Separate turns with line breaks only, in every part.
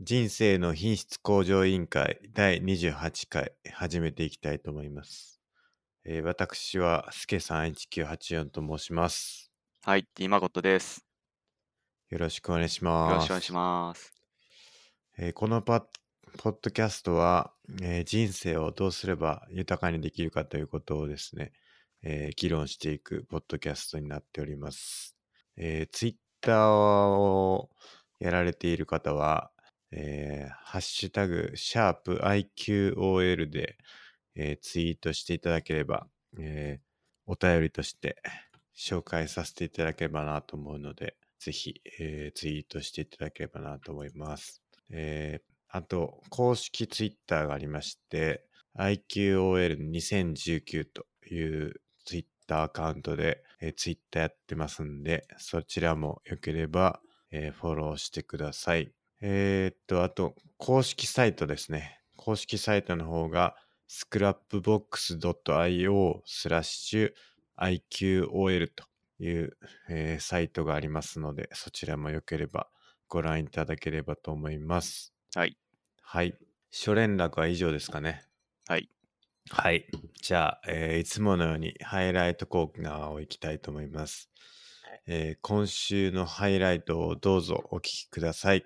人生の品質向上委員会第28回始めていきたいと思います。えー私は、すけさん1984と申します。
はい、今ことです。
よろしくお願いし
よ
ます。
ろしくお願いします。
えーこのパポッドキャストは、えー人生をどうすれば豊かにできるかということをですね、えー議論していくポッドキャストになっております。えツイッター Twitter をやられている方は、えーハッシュタグ、シャープ i q o l で、えーツイートしていただければ、えーお便りとして紹介させていただければなと思うので、ぜひ、えーツイートしていただければなと思います。えーあと、公式ツイッターがありまして、IQOL2019 というツイッターアカウントで、えーツイッターやってますんで、そちらもよければ、えーフォローしてください。えーっと、あと、公式サイトですね。公式サイトの方が、scrapbox.io スラッシュ IQOL という、えーサイトがありますので、そちらもよければご覧いただければと思います。
はい。
はい。初連絡は以上ですかね。
はい。
はい。じゃあ、えーいつものようにハイライトコーナーをいきたいと思います。えー今週のハイライトをどうぞお聞きくださ い。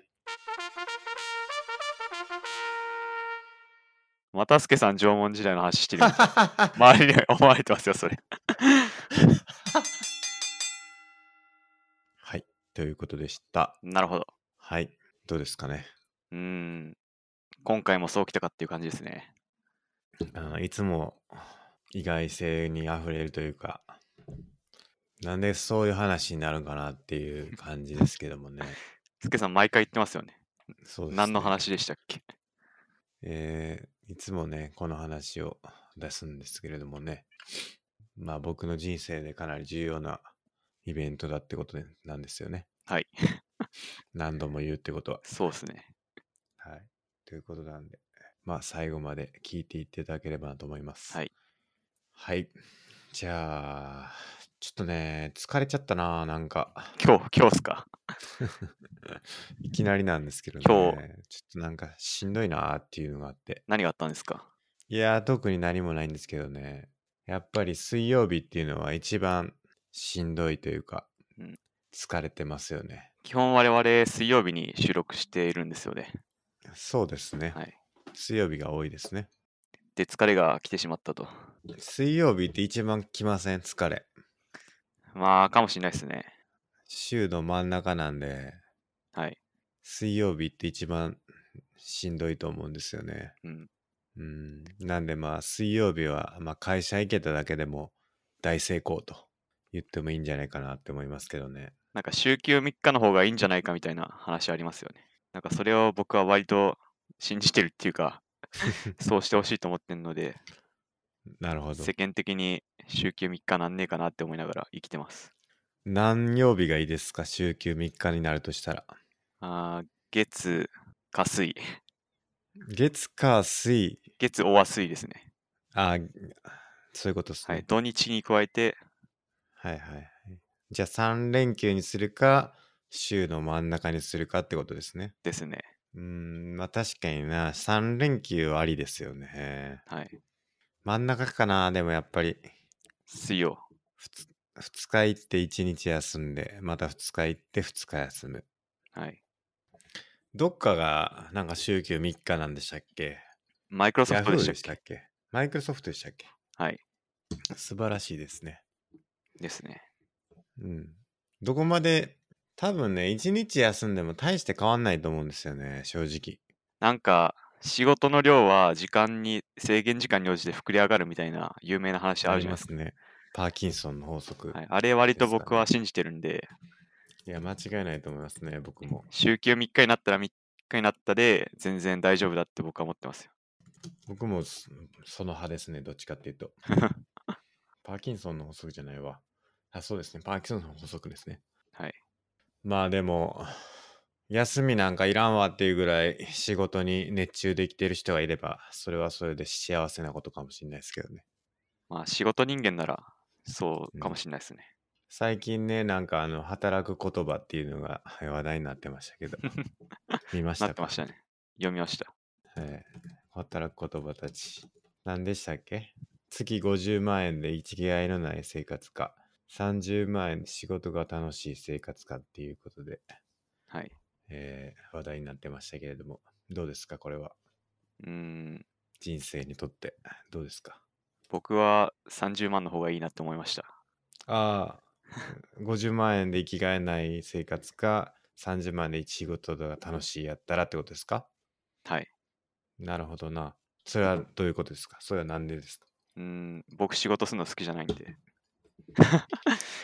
またすけさん縄文時代の話 してるみたい。周りに思われてますよ、それ。
はい。ということでした。
なるほど。
はい。どうですかね。
うーん。今回もそうきたかっていう感じですね。
あのいつも意外性にあふれるというか、なんでそういう話になるんかなっていう感じですけどもね。
すけさん毎回言ってますよね。
そうですね
何の話でしたっけ
えーいつもね、この話を出すんですけれどもね、まあ僕の人生でかなり重要なイベントだってことでなんですよね。
はい。
何度も言うってことは。
そうですね。
はい。ということなんで、まあ最後まで聞いていただければなと思います。
はい。
はい。じゃあ、ちょっとね、疲れちゃったな、なんか。
今日、今日っすか
いきなりなんですけどね。
今日
ちょっとなんかしんどいなっていうのがあって。
何があったんですか
いやー、特に何もないんですけどね。やっぱり水曜日っていうのは一番しんどいというか
うん、
疲れてますよね。
基本我々水曜日に収録しているんですよね。
そうですね。
はい。
水曜日が多いですね。
で、疲れが来てしまったと。
水曜日って一番来ません、疲れ。
まあ、かもしれないですね。
週の真ん中なんで、
はい。
水曜日って一番しんどいと思うんですよね。
うん。
うん。なんでまあ、水曜日は、まあ、会社行けただけでも大成功と言ってもいいんじゃないかなって思いますけどね。
なんか週休3日の方がいいんじゃないかみたいな話ありますよね。なんかそれを僕は割と信じてるっていう か、そうしてほしいと思ってるので、
なるほど
世。間的に週休3日なんねえかなって思いながら生きてます。
何曜日がいいですか週休3日になるとしたら。
あー月、火水。
月火水、
月、おわ水ですね。
あ、そういうことです
はい。
ね。
土日に加えて、
はい、はいはい。じゃあ3連休にするか、週の真ん中にするかってことですね。
ですね。
うーん、まあ確かにな、3連休はありですよね。
はい。
真ん中かな、でもやっぱり。
水曜。
2日行って1日休んで、また2日行って2日休む。
はい。
どっかが、なんか週休3日なんでしたっけ
マイクロソ
ヤ
フト
フ
で
ー
した
でし
っ
た
け
っけマイクロソフトでしたっけ
はい。
素晴らしいですね。
ですね。
うん。どこまで、多分ね、一日休んでも大して変わんないと思うんですよね、正直。
なんか、仕事の量は時間に、制限時間に応じて膨れ上がるみたいな有名な話あるじゃないですか。
ね。パーキンソンの法則。、
はいい、あれ割
で
と
すか
僕は信じてるんで、
や、間違いないと思いますね、僕も。
週休3日になったら3日になったで、全然大丈夫だって僕は思ってますよ。
僕もそその派ですね、どっちかっていう と。パーキンソンの法則じゃないわ。あ、そうですね、パーキンソンの法則ですね。
はい。
まあでも、休みなんかいらんわっていうぐらい仕事に熱中できてる人がいれば、それはそれで幸せなことかもしれないですけどね。
まあ仕事人間ならそううんかもしれないですね。
最近ね、なんかあの、働く言葉っていうのがはい話題になってましたけ ど、見まし
な
た
って
か
ましたね。読みました。
はい働く言葉たち。何でしたっけ月50万円で一芸合いのない生活か、30万円で仕事が楽しい生活かっていうことで、
はい。
えー話題になってましたけれども、どうですかこれは。
うーん、
人生にとって、どうですか
僕は30万の方がいいなって思いました。
ああ、50万円で生きがえない生活か、30万円で一仕事が楽しいやったらってことですか
はい。
なるほどな。それはどういうことですかそれは何でですか
うーん、僕仕事するの好きじゃないんで。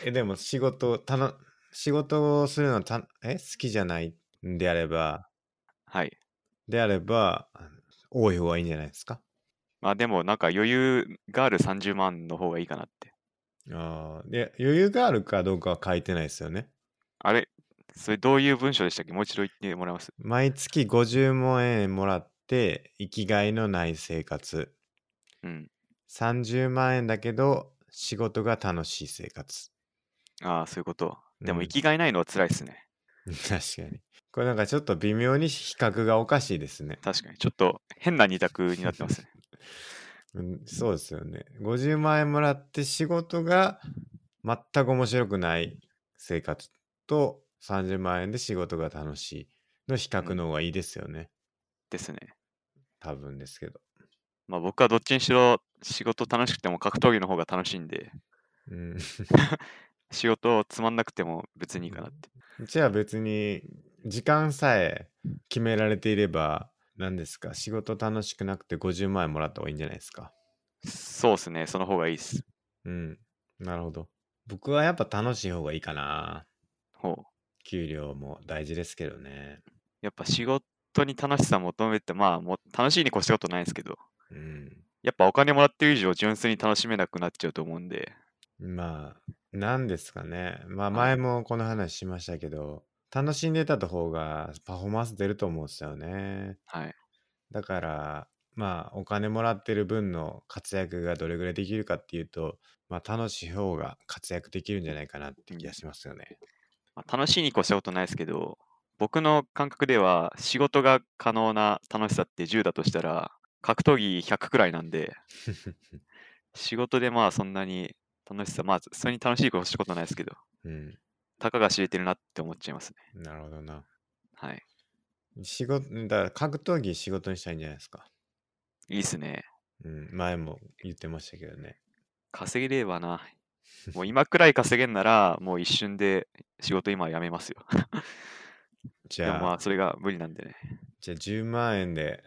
え、でも仕事を、たの、仕事をするのたの、え、好きじゃないんであれば、
はい。
であれば、あの多い方がいいんじゃないですか
まあでもなんか余裕がある30万の方がいいかなって。
ああ、で、余裕があるかどうかは書いてないですよね。
あれそれどういう文章でしたっけもう一度言ってもらえます
毎月50万円もらって、生きがいのない生活。
うん。
30万円だけど、仕事が楽しい生活。
ああ、そういうこと。でも
うん
生きがいないのは辛いですね。
確かに。これなんかちょっと微妙に比較がおかしいですね。
確かに。ちょっと変な二択になってますね。
うん、そうですよね。50万円もらって仕事が全く面白くない生活と30万円で仕事が楽しいの比較の方がいいですよね。
ですね。
多分ですけど。
まあ僕はどっちにしろ仕事楽しくても格闘技の方が楽しいんで、
うん、
仕事つまんなくても別にいいかなって。
じゃあ別に時間さえ決められていれば何ですか仕事楽しくなくて50万円もらった方がいいんじゃないですか。
そうですね。その方がいいです。
うん。なるほど。僕はやっぱ楽しい方がいいかな。
ほう。
給料も大事ですけどね。
やっぱ仕事に楽しさ求めて、まあもう楽しいに越したことないですけど、
うん。
やっぱお金もらってる以上純粋に楽しめなくなっちゃうと思うんで、
まあ、なんですかね。まあ、
は
前
い
もこの話しましたけど、楽しんでた方がパフォーマンス出ると思うんですよね。
はい。
だから、まあ、お金もらってる分の活躍がどれぐらいできるかっていうと、まあ、楽しい方が活躍できるんじゃないかなって気がしますよね。
まあ、楽しいに越したことないですけど、僕の感覚では仕事が可能な楽しさって10だとしたら、格闘技100くらいなんで、仕事でまあそんなに楽しさ、まあそれに楽しいに越したことないですけど、
うん。
たかが知れてるなって思っちゃいますね。
なるほどな。
はい。
仕事、だから格闘技仕事にしたらいいんじゃないですか。
いいっすね。
うん。前も言ってましたけどね。
稼げればな。もう今くらい稼げんなら、もう一瞬で仕事今辞めますよ。
じ
でもま
ゃあ
あ、それが無理なんでね。
じゃあ10万円で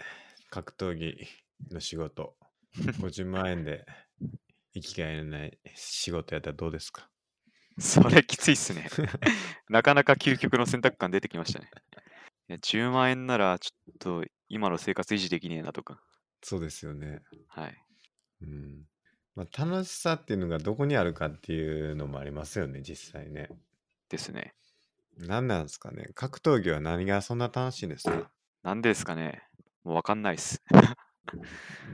格闘技の仕 事、50万円で生きがいのない仕事やったらどうですか
それきついっすね。なかなか究極の選択感出てきましたね。いや10万円なら、ちょっと今の生活維持できねえなとか。
そうですよね。
はい。
うん。まあ、楽しさっていうのがどこにあるかっていうのもありますよね、実際ね。
ですね。
何なんですかね格闘技は何がそんな楽しいんですか
なんでですかね。もうわかんないっす。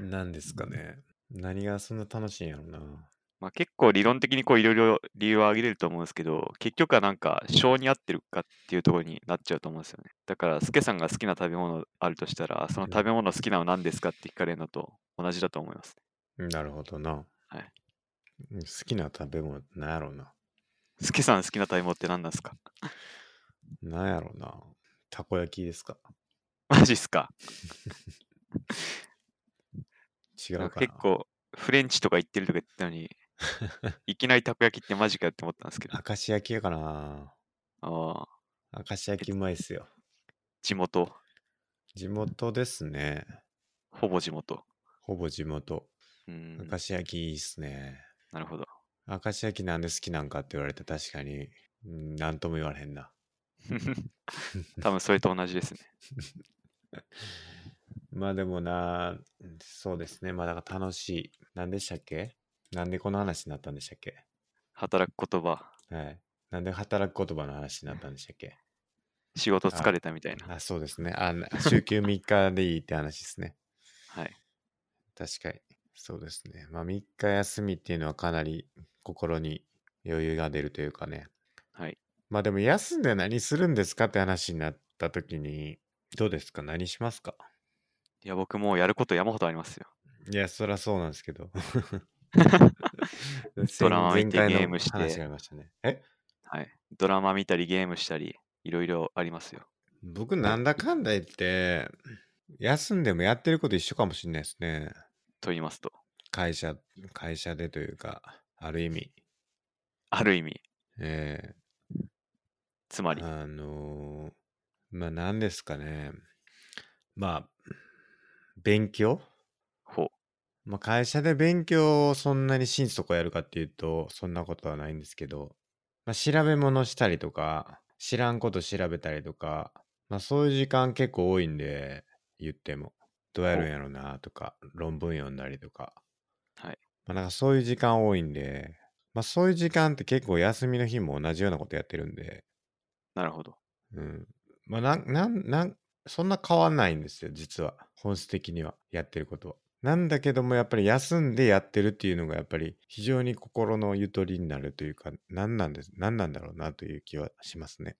何ですかね何がそんな楽しいんやろな。
まあ結構理論的にこういろいろ理由は挙げれると思うんですけど、結局はなんか性に合ってるかっていうところになっちゃうと思うんですよね。だから、スケさんが好きな食べ物あるとしたら、その
うん
食べ物好きなの何ですかって聞かれるのと同じだと思います。
なるほどな。
はい
うん好きな食べ物なんやろな。
スケさん好きな食べ物って何なんですか
なんやろな。たこ焼きですか
マジっすか
違うか
な
なん
か結構フレンチとか言ってるとか言ってた のにいきなりたこ焼きってマジかよって思ったんですけど
明石焼きやかな
ああ
明石焼きうまいっすよ
地元
地元ですね
ほぼ地元
ほぼ地元
うん
明石焼きいいっすね、
な るほど
明石焼きなんで好きなんかって言われて確かにうんなんとも言われへんな
多分それと同じですね
まあでもなそうですねまあだから楽しい何でしたっけなんでこの話になったんでしたっけ
働く言葉
はいなんで働く言葉の話になったんでしたっけ
仕事
あ
疲れたみたいな
あそうですねあな週休3日でいいって話ですね
はい
確かに。そうですね。まあ、3日休みっていうのはかなり心に余裕が出るというかね。
はい。
まあでも休んで何するんですかって話になった時に、どうですか何しますか
いや、僕もうやること山ほどありますよ。
いや、そりゃそうなんですけど。
ドラマ
前
見て
前回の
ゲームして
話がありましたね。え
はい。ドラマ見たり、ゲームしたり、いろいろありますよ。
僕なんだかんだ言って、休んでもやってること一緒かもしれないですね。
と言いますと、
会社、会社でというか、ある意味。
ある意味、
ええ
つまり、
あのーまあ何ですかね。まあ、勉強
ほう。
まあ会社で勉強をそんなに心底やるかっていうと、そんなことはないんですけど、まあ調べ物したりとか、知らんこと調べたりとか、まあそういう時間結構多いんで、言っても。どうやるんやろうなとか、論文読んだりとか。
はい。
まあなんかそういう時間多いんで、まあそういう時間って結構休みの日も同じようなことやってるんで、
なるほど。
うん。まあ、なん、なん、なん、そんな変わんないんですよ、実は。本質的には、やってることは。なんだけども、やっぱり休んでやってるっていうのが、やっぱり非常に心のゆとりになるというか、何なんです、何なんだろうなという気はしますね。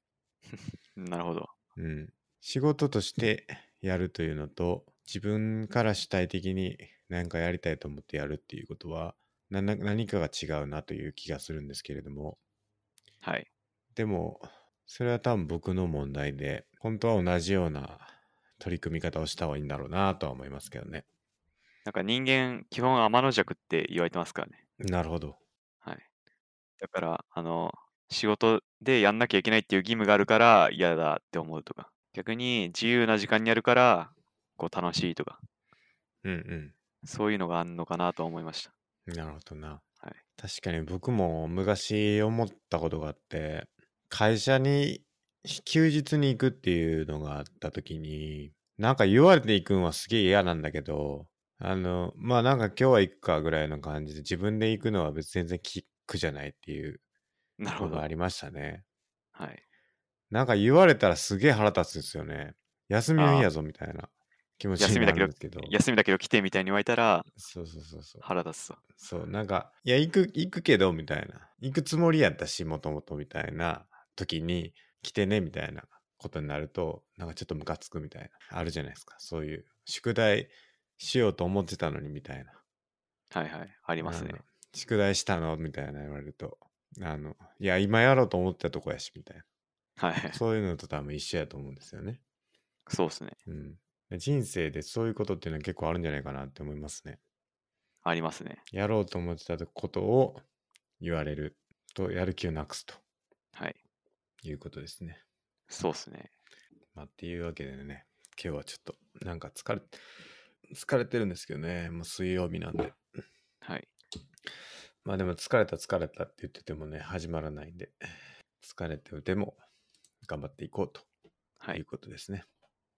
なるほど。
うん。仕事としてやるというのと、自分から主体的に何かやりたいと思ってやるっていうことは、なな何かが違うなという気がするんですけれども、
はい。
でも、それは多分僕の問題で、本当は同じような取り組み方をした方がいいんだろうなとは思いますけどね。
なんか人間、基本天の弱って言われてますからね。
なるほど。
はい。だから、あの、仕事でやんなきゃいけないっていう義務があるから嫌だって思うとか、逆に自由な時間にやるから、こう楽しいとか、
うん
そういうのがあるのかなとは思いました。
うん。なるほどな。
はい
確かに僕も昔思ったことがあって、会社に休日に行くっていうのがあった時に、なんか言われて行くんはすげえ嫌なんだけど、あの、まあなんか今日は行くかぐらいの感じで自分で行くのは別に全然苦じゃないっていう
なるほ
の
ど。
があ
はい。
りましたね。なんか言われたらすげえ腹立つんですよね。休みの日やぞみたいな気持ち
休
に
み
な
だけ
る
ど
んですけど。
休みだけど来てみたいに言われたら
そうそうそうそう。
腹立つと。
そう、なんか、いや、行く、行くけど、みたいな。行くつもりやったし、もともとみたいな時に、来てね、みたいなことになると、なんかちょっとムカつくみたいな。あるじゃないですか。そういう、宿題しようと思ってたのに、みたいな。
はいはい。ありますね
あの。宿題したのみたいな言われると、あの、いや、今やろうと思ってたとこやし、みたい
はい。
な。そういうのと多分一緒やと思うんですよね。
そうですね。
うん、で人生でそういうことっていうのは結構あるんじゃないかなって思いますね。
ありますね。
やろうと思ってたことを言われると、やる気をなくすと
はい。
いうことですね。
そうですね。
まあ、っていうわけでね、今日はちょっとなんか疲れ、疲れてるんですけどね、もう水曜日なんで。
はい。
まあでも疲れた疲れたって言っててもね、始まらないんで、疲れてても頑張っていこうと。
はいいう
ことですね。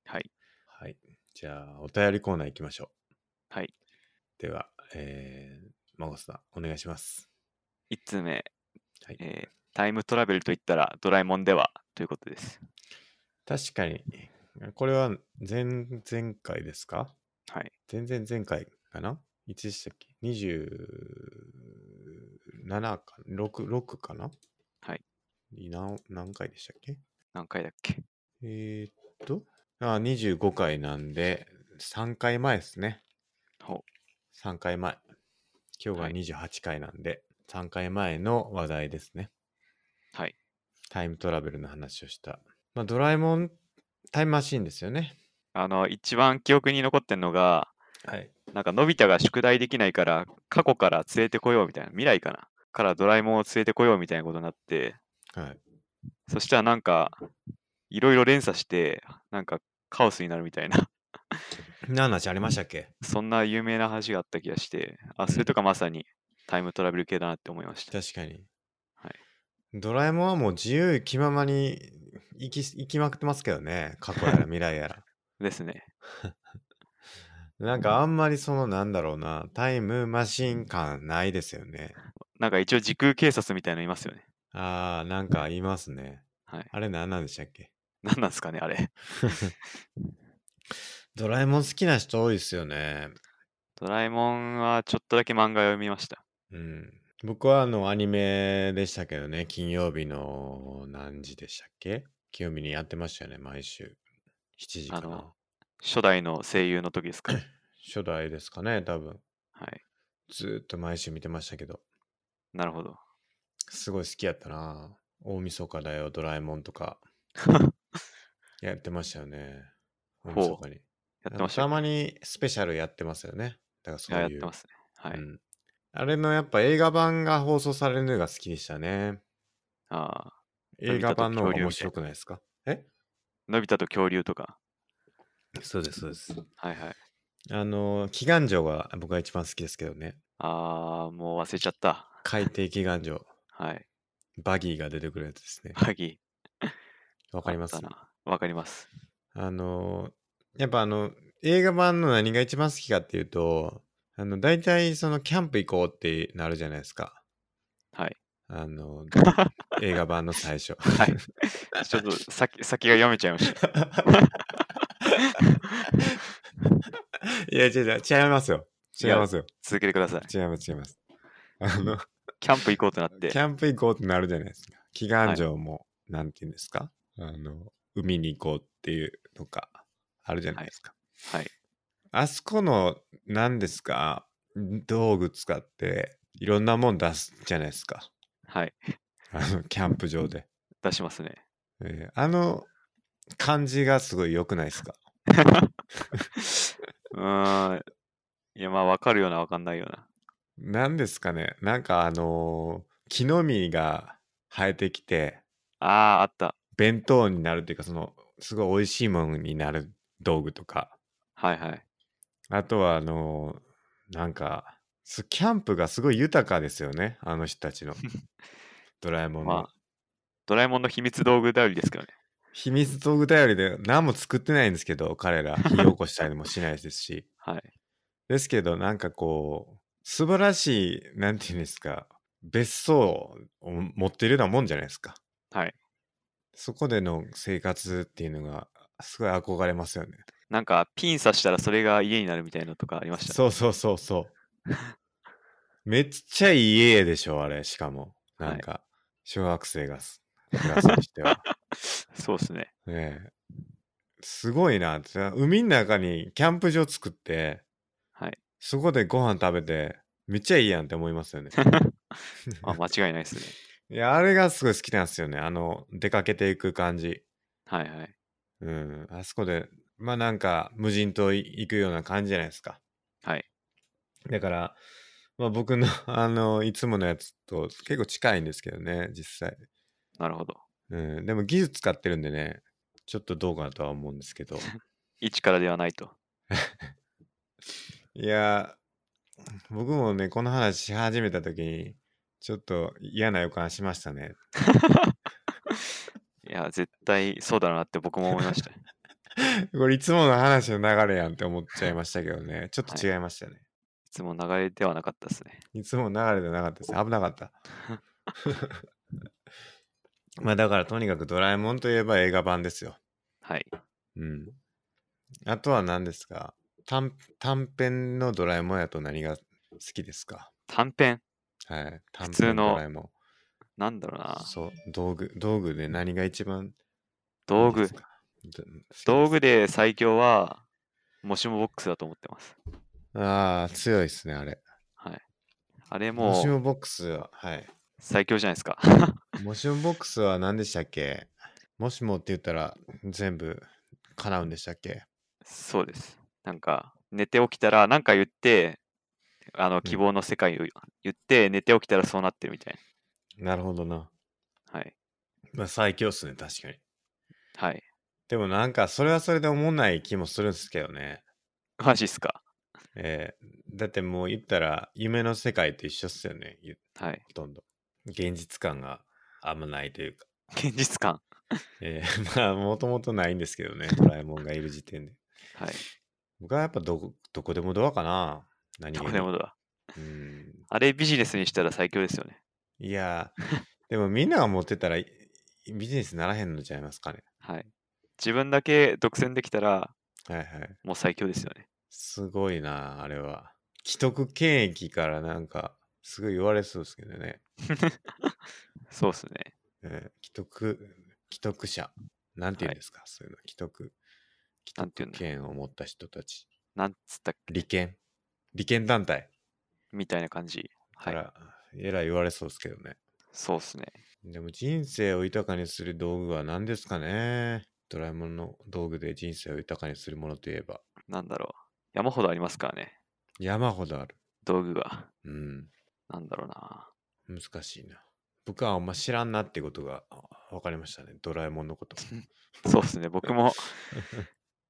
はい。
はい。じゃあ、お便りコーナー行きましょう。
はい。
では、えー、孫さん、お願いします。
1通目、
はい
えータイムトラベルといったらドラえもんではということです。
確かに。これは前々回ですか
はい。
前々前回かないつでしたっけ ?27 か、6、6かな
はい。
何何回でしたっけ
何回だっけ
えー、っと、あ、25回なんで、3回前ですね。
ほ
3回前。今
はい
日が28回なんで、3回前の話題ですね。
う。はい。
タイムトラベルの話をした。まあ、ドラえもん、タイムマシーンですよね。
あの、一番記憶に残ってるのが、
はい。
なんか、のび太が宿題できないから、過去から連れてこようみたいな、未来かな。からドラえもんを連れてこようみたいなことになって、
はい。
そしたらなんか、いろいろ連鎖して、なんかカオスになるみたいな、
何の話ありましたっけ
そんな有名な話があった気がして、あ、それとかまさにタイムトラベル系だなって思い ました。
確かに。
はい
ドラえもんはもう自由気ままに行き行きまくってますけどね。過去やら未来や ら。
ですね。
なんかあんまりそのなんだろうな、タイムマシン感ないですよね。
なんか一応時空警察みたいなのいますよね。
あー、なんか言いますね。
はい。
あれ何なんでしたっけ
何なんですかね、あれ。
ドラえもん好きな人多いですよね。
ドラえもんはちょっとだけ漫画を読みました。
うん。僕はあのアニメでしたけどね、金曜日の何時でしたっけ金曜日にやってましたよね、毎週。7時か
あ
な
の。初代の声優の時で すか。
初代ですかね、多分。
はい。
ずーっと毎週見てましたけど。
なるほど。
すごい好きやったな。大晦日だよ、ドラえもんと か。やってましたよね。大
ほう
晦日に。
やってました
あ
よ
のまにスペシャルやってますよね。だからそういう。
やってますね。はい。
うんあれのやっぱ映画版が放送されるのが好きでしたね。
ああ、
映画版の方が
の
面
び太と恐竜みたいな
白くないですかえ
のび太と恐竜とか。
そうです、そうです。
はいはい。
あの、祈願城が僕が一番好きですけど ね。
ああ、もう忘れちゃった。
海底祈願城。
はい。
バギーが出てくるやつですね。
バギー。
わかります
あったなわかります。
あの、やっぱあの、映画版の何が一番好きかっていうと、あの、大体そのキャンプ行こうってなるじゃないですか。
はい。
あ の、映画版の最初。
はい。ちょっと先先が読めちゃいました。
いや、違う違う、違いますよ。違いますよ。
続けてく ださい。
違います、違います。あの、
キャンプ行こうとなっ
キ
て。
ャンプ行こうってなるじゃないですか。祈願城も、なんていうんですかあの、海に行こうっていうのがあるじゃないですか。
はいはい
あそこの、何ですか道具使って、いろんなもん出すじゃないですか。
はい。
あの、キャンプ場で。
出しますね。
えーあの、感じがすごい良くないですか
うーん。いや、まあ、わかるような、わかんないような。
なんですかねなんかあのー木の実が生えてきて
ああ、あった。
弁当になるというかそのすごい美味しいものになる道具とか
はいはい。
あとはあのーなんかすキャンプがすごい豊かですよねあの人たち のドラえもんの、
まあドラえもんの秘密道具頼りですからね。
秘密道具頼りで何も作ってないんですけど彼 ら火起こしたりもしないですし
はい。
ですけどなんかこう素晴らしいなんていうんですか別荘を持ってるようなもんじゃないですか
はい。
そこでの生活っていうのがすごい憧れますよね。
なんか、ピン刺したらそれが家になるみたいなのとかありました。
そうそうそうそう。めっちゃいい家でしょ、あれ、しかも。
はい
なんか、小学生がす、クラスにして は。
そうですね。
ねえすごいなって。海の中にキャンプ場作って、
はい。
そこでご飯食べて、めっちゃいいやんって思います よね。
まあ、間違いないですね。
いや、あれがすごい好きなんですよね。あの、出かけていく感じ。
はいはい。
うん、あそこで、まあなんか無人島い行くような感じじゃないですか。
はい。
だから、まあ僕の、 あの、いつものやつと結構近いんですけどね、実際。
なるほど。
うん、でも技術使ってるんでね、ちょっとどうかなとは思うんですけど。
一からではないと。
いやー、僕もね、この話し始めた時に、ちょっと嫌な予感しましたね。
いや、絶対そうだなって僕も思いま した。
これいつもの話の流れやんって思っちゃいましたけどね、ちょっと違いましたね。
いつも流れではなかったですね。
いつもの流れじゃなかったです。危なか った。まあだからとにかくドラえもんといえば映画版ですよ。
はい。
うん。あとは何ですか短短編のドラえもんやと何が好きですか
短編。
はい。短
普
編
通の
ドラえもん。
なんだろうな。
そう。道具、道具で何が一番い
道
い
具
です。かど好きです
道具で最強は、もしもボックスだと思ってます。
ああ、強いですね、あれ。
はい。あれ
も
も
し
う
もボックスは、はい。
最強じゃないですか。
もしもボックスは何でしたっけもしもって言ったら全部叶うんでしたっけ
そうです。なんか、寝て起きたら何か言って、あの、希望の世界を言って、寝て起きたらそうなってるみたい
なるほどな。
な。はい。
まあ最強っすね、確かに。
はい。
でもなんか、それはそれで思わない気もするんですけどね。
マジっすか。
えーだってもう言ったら、夢の世界と一緒っすよね、ゆ
はい。
ほとんど。現実感があんまないというか。
現実感。
えー まあ、もともとないんですけどね、ドラえもんがいる時点で。
はい。
僕はやっぱどこ、どこでもドアかな。何気
ど
に
こでもだ。
うん。
あれビジネスにしたら最強ですよね。
いやー、でもみんなが持ってたら、いビジネスならへんのちゃいますかね。
はい。自分だけ独占できたら、
はいはい。
もう最強ですよね。
すごいな、あれは。既得権益からなんか、すごい言われそうですけどね。
そうですね。
えー既得、既得者。なんて言うんですか、そういうの。既得。
な
既得
んて言うんだ
権を持った人たち。
なんつったっけ
利権。利権団体
みたいな感じ。は
か
い。
ら、えらい言われそうですけどね。
そうですね。
でも人生を豊かにする道具は何ですかねドラえもんの道具で人生を豊かにするものといえば
なんだろう。山ほどありますからね。
山ほどある。
道具が。
うん。
なんだろうな。
難しいな。僕はあんま知らんなってことがあ分かりましたね。ドラえもんのこと。
そうですね。僕 も、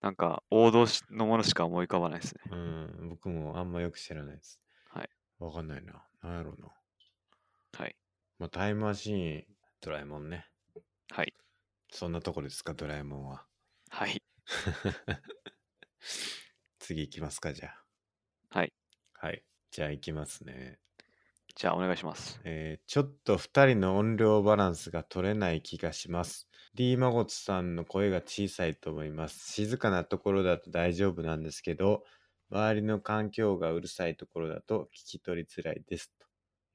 なんか、王道しのものしか思い浮かばないですね。
うん。僕もあんまよく知らないです。
はい。
わかんないな。なんやろうな。
はい。
まあ、タイムマシーン、ドラえもんね。
はい。
そんなとこですか、ドラえもんは。
はい。
次行きますか、じゃあ。
はい。
はい。じゃあ行きますね。
じゃあ、お願いします。
えーちょっと2人の音量バランスが取れない気がします。D マゴツさんの声が小さいと思います。静かなところだと大丈夫なんですけど、周りの環境がうるさいところだと聞き取りづらいです。と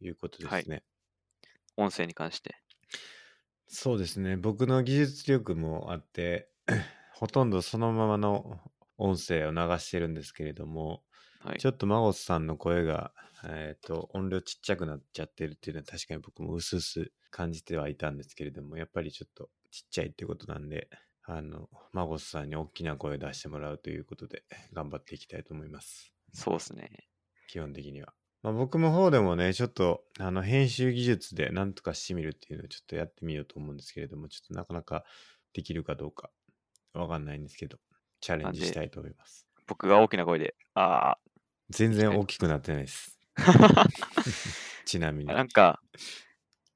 いうことですね。
音声に関して。
そうですね。僕の技術力もあって、 ほとんどそのままの音声を流してるんですけれども、
はい
ち。ょっとマゴスさんの声が、えー、と音量ちっちゃくなっちゃってるっていうのは確かに僕も薄々感じてはいたんですけれどもやっぱりちょっとちっちゃいってことなんであのマゴスさんに大きな声を出してもらうということで頑張っていきたいと思います
そうですね。
基本的には、まあ、僕の方でもねちょっとあの編集技術でなんとかしてみるっていうのをちょっとやってみようと思うんですけれどもちょっとなかなかできるかどうかわかんないんですけどチャレンジしたいと思います
僕が大きな声で、あ
全
確
然
かに
大きくなってないです
あ。
ちなみに
なんか、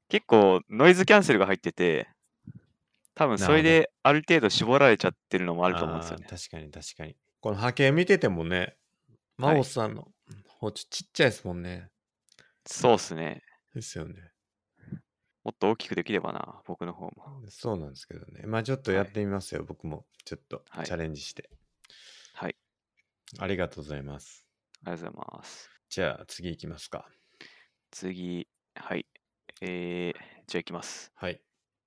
結構ノイズキャンセルが入ってて、多分それ
なる
である程度絞られちゃってるのもあると思うんですよね
あ。ー確かに確かに。この波形見ててもね、
は
マ
い
オさんの包丁ちっちゃいですもんね。
そうですね。
ですよね。
もっと大きくできればな、僕の方も。
そうなんですけどね。まあちょっとやってみますよ、僕も。ちょっと
はい
チャレンジして。
はい。
ありがとうございます。
ありがとうございます。
じゃあ次行きますか。
次、はい。えー、じゃあいきます。
はい。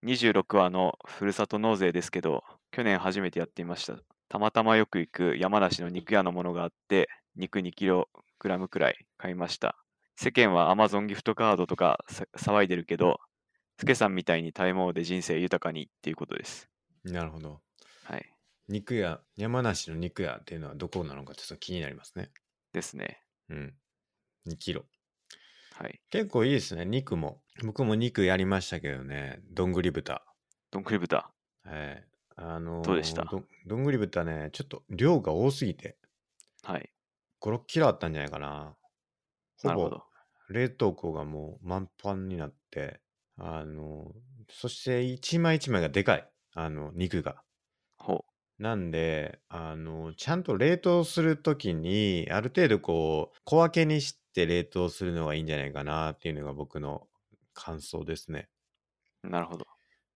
26話のふるさと納税ですけど、去年初めてやってみました。たまたまよく行く山梨の肉屋のものがあって、肉 2kg くらい買いました。世間は Amazon ギフトカードとかさ騒いでるけど、スケさんみたいに体毛で人生豊かにっていうことです。
なるほど。
はい。
肉屋、山梨の肉屋っていうのはどこなのかちょっと気になりますね。
ですね。
うん。2キロ。
はい。
結構いいですね、肉も。僕も肉やりましたけどね、どんぐり豚。
どんぐり豚。
はい。あの
どうでした
ーどどんぐり豚ね、ちょっと量が多すぎて、
はい。
5、6キロあったんじゃないかな。ほ
なる
ぼ
ほど。
冷凍庫がもう満帆になって、あのーそして一枚一枚がでかい、あの、肉が。
ほ
なんで、あのーちゃんと冷凍するときに、ある程度こう、小分けにして冷凍するのがいいんじゃないかなっていうのが僕の感想ですね。
う。なるほど。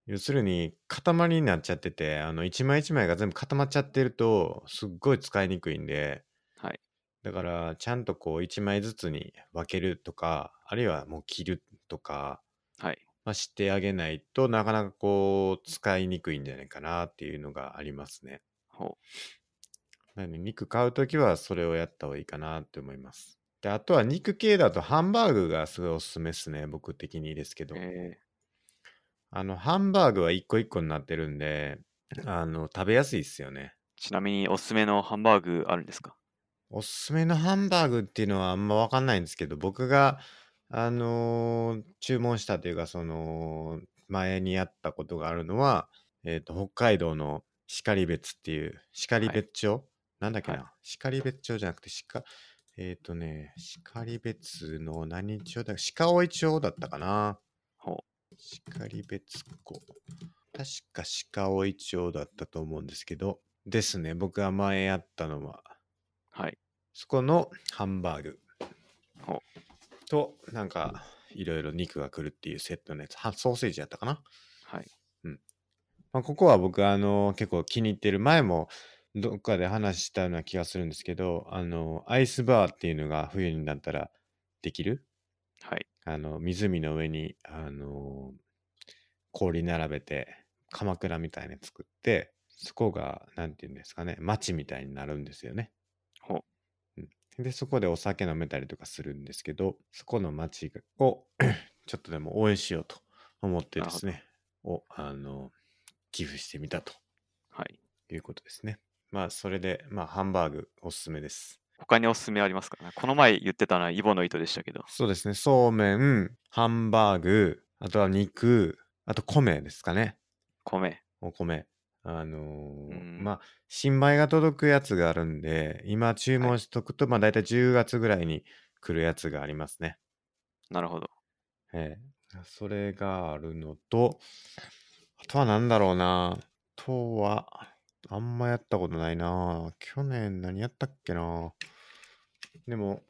要するに塊になっちゃっててあの一枚一枚が全部固まっちゃってるとすっごい使いにくいんで、
はい、
だからちゃんとこう一枚ずつに分けるとかあるいはもう切るとか、
はい。
まあ、してあげないとなかなかこう使いにくいんじゃないかなっていうのがありますね。
ほ
なので肉買うときはそれをやった方がいいかなって思います。であとは肉系だとハンバーグがすごいおすすめですね僕的にですけど
う。。え
あの、ハンバーグは一個一個になってるんで、あの、食べやすいっすよね。
ー、ちなみにおすすめのハンバーグあるんですか
おすすめのハンバーグっていうのはあんまわかんないんですけど、僕が、あのー注文したというか、その、前にやったことがあるのは、えっ、と、北海道の然別っていう、然別町、なんだっけな、
は
然別町じゃなくて、しか、えっ、とね、然別の何町だ鹿追町だったかな。
ほ
光別湖。確か鹿追町だったと思うんですけど、ですね、僕が前やったのは、
う。はい。
そこのハンバーグ
ほ
と、なんか、いろいろ肉が来るっていうセットのやつ、はソーセージやったかな。
はい。
まあ、ここは僕、あの、結構気に入ってる。前も、どっかで話したような気がするんですけど、あの、アイスバーっていうのが冬になったらできる
はい。
あの、湖の上に、あのー氷並べて、鎌倉みたいに作って、そこが、なんていうんですかね、町みたいになるんですよね。
ほ
うんで、そこでお酒飲めたりとかするんですけど、そこの町を ちょっとでも応援しようと思ってですね、を、あの、寄付してみたと
はい。
いうことですね。まあ、それで、まあ、ハンバーグおすすめです。
他におすすめありますかねこの前言ってたのはイボの糸でしたけど。
そうですね。そうめん、ハンバーグ、あとは肉、あと米ですかね。
米。
お米。あのー
うん
まあ、新米が届くやつがあるんで、今注文しとくと、まあ、大体10月ぐらいに来るやつがありますね。
なるほど。
ええそれがあるのと、あとは何だろうな。あとは、あんまやったことないな。去年何やったっけな。でも、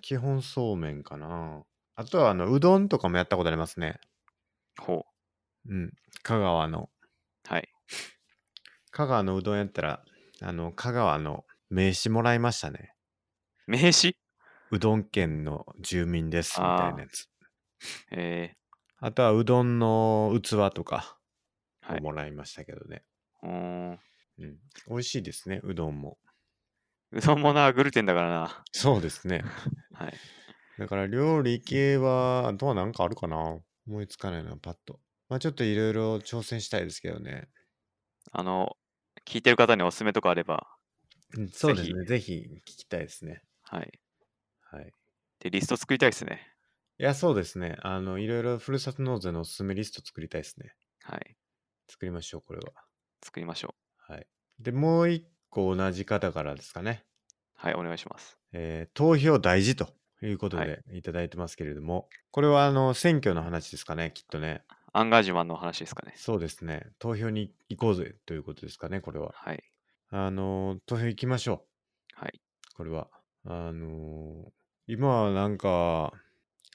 基本そうめんかな。あとは、あの、うどんとかもやったことありますね。
ほ
うん。香川の。
う。はい。
香川のうどんやったら、あの、香川の名刺もらいましたね。
名刺
うどん県の住民です、みたいなやつ。
え
あとは、うどんの器とか
ー、は
を
い。
もらいましたけどね。
うーん。
うん、美味しいですね、うどんも。
うどんもな、グルテンだからな。
そうですね。
はい。
だから料理系は、あとはなんかあるかな思いつかないな、パッと。まあちょっといろいろ挑戦したいですけどね。
あの、聞いてる方におすすめとかあれば、
そう
う
で
ですす
ね。
ね
ぜひ聞きたいですね。
はい。
はい。
で、リスト作りたいですね。
いや、そうですね。あの、いろいろふるさと納税のおすすめリスト作りたいですね。
はい。
作りましょう、これは。
作りましょう。
はい。で、もう一個同じ方からですかね。
はい、お願いします。
えー投票大事ということ
は
でいただいてますけれども、これはあの、選挙の話ですかね、きっとね。
アンガージュマンの話ですかね。
そうですね。投票に行こうぜということですかね、これは。
はい。
あのー、投票行きましょ
はい。
う、これは。あのー、今はなんか、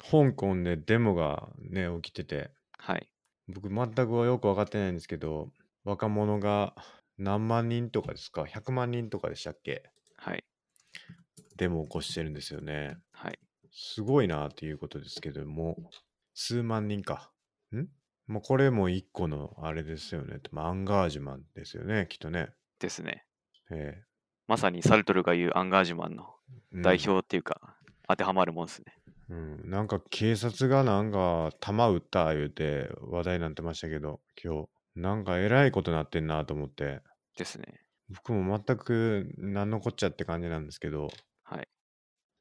香港でデモがね、起きてて、
はい。
僕全くはよく分かってないんですけど、若者が何万人とかですか、100万人とかでしたっけ
はい。
デモを起こしてるんですよね。
はい。
すごいなということですけども、数万人か。んもうこれも一個のあれですよね。まあアンガージュマンですよね、きっとね。
ですね。
え
まさにサルトルが言うアンガージュマンの
えうん
代表っていうか、当てはまるもんですね。
うん、なんか警察がなんか弾撃った言うて話題になってましたけど今日なんかえらいことなってんなと思って
ですね。
僕も全く何のこっちゃって感じなんですけど
はい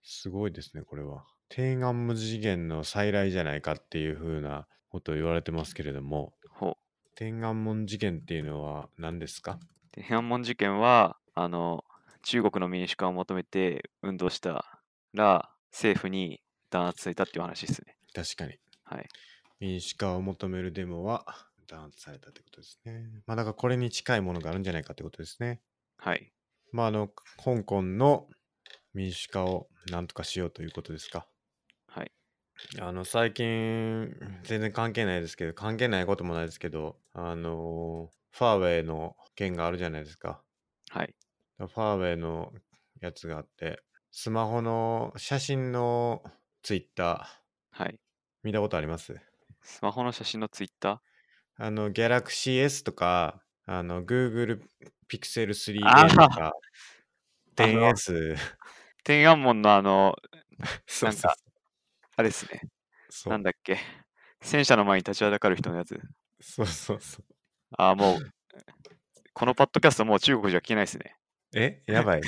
すごいですねこれは天安無次元の再来じゃないかっていう風なことを言われてますけれども
ほ
天安門事件っていうのは何ですか
う。で、天安門事件は、あの、中国の民主化を求めて運動したら、政府に弾圧されたっていう話ですね。
確かに
はい。
民主化を求めるデモは弾圧されたってことですねまあだからこれに近いものがあるんじゃないかってことですね
はい。
まあ、あの、香港の民主化をなんとかしようということですか。
はい。
あの、最近、全然関係ないですけど、関係ないこともないですけど、あのー、ファーウェイの件があるじゃないですか。
はい。
ファーウェイのやつがあって、スマホの写真のツイッター、
はい。
見たことあります
スマホの写真のツイッター
あの、ギャラクシー S とか、あの、Google Pixel
あ
3D
ー
とか、
あの
10S、
天安門のあの、
そう
なんかあれですね。
そう
なんだっけ。戦車の前に立ちはだかる人のやつ。
そうそうそう。
ああ、もう、このポッドキャストもう中国じゃ聞けないですね。
え、や ばい。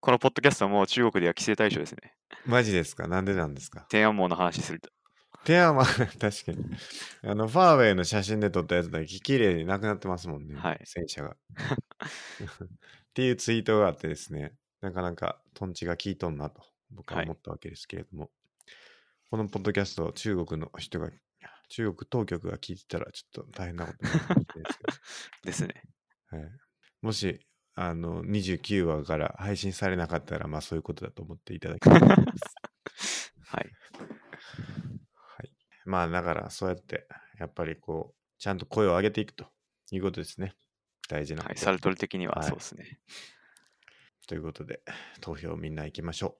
このポッドキャストもう中国では規制対象ですね。
マジですかなんでなんですか
天安門の話すると。
手はまあ 確かに。あの、ファーウェイの写真で撮ったやつだけ綺麗になくなってますもんね。
はい
戦 車が。っていうツイートがあってですね、なかなかトンチが効いとんなと僕は
はい
思ったわけですけれども、このポッドキャストを中国の人が、中国当局が聞いてたらちょっと大変なことになるかもしれないですけど
ですね。
はい、もしあの29話から配信されなかったらまあそういうことだと思っていただきたいと思います。
はい。
はい、まあだからそうやってやっぱりこうちゃんと声を上げていくということですね。大事なこ
はい、
と、
サルトル的に
は
はいそうですね。
ということで投票みんな行きましょ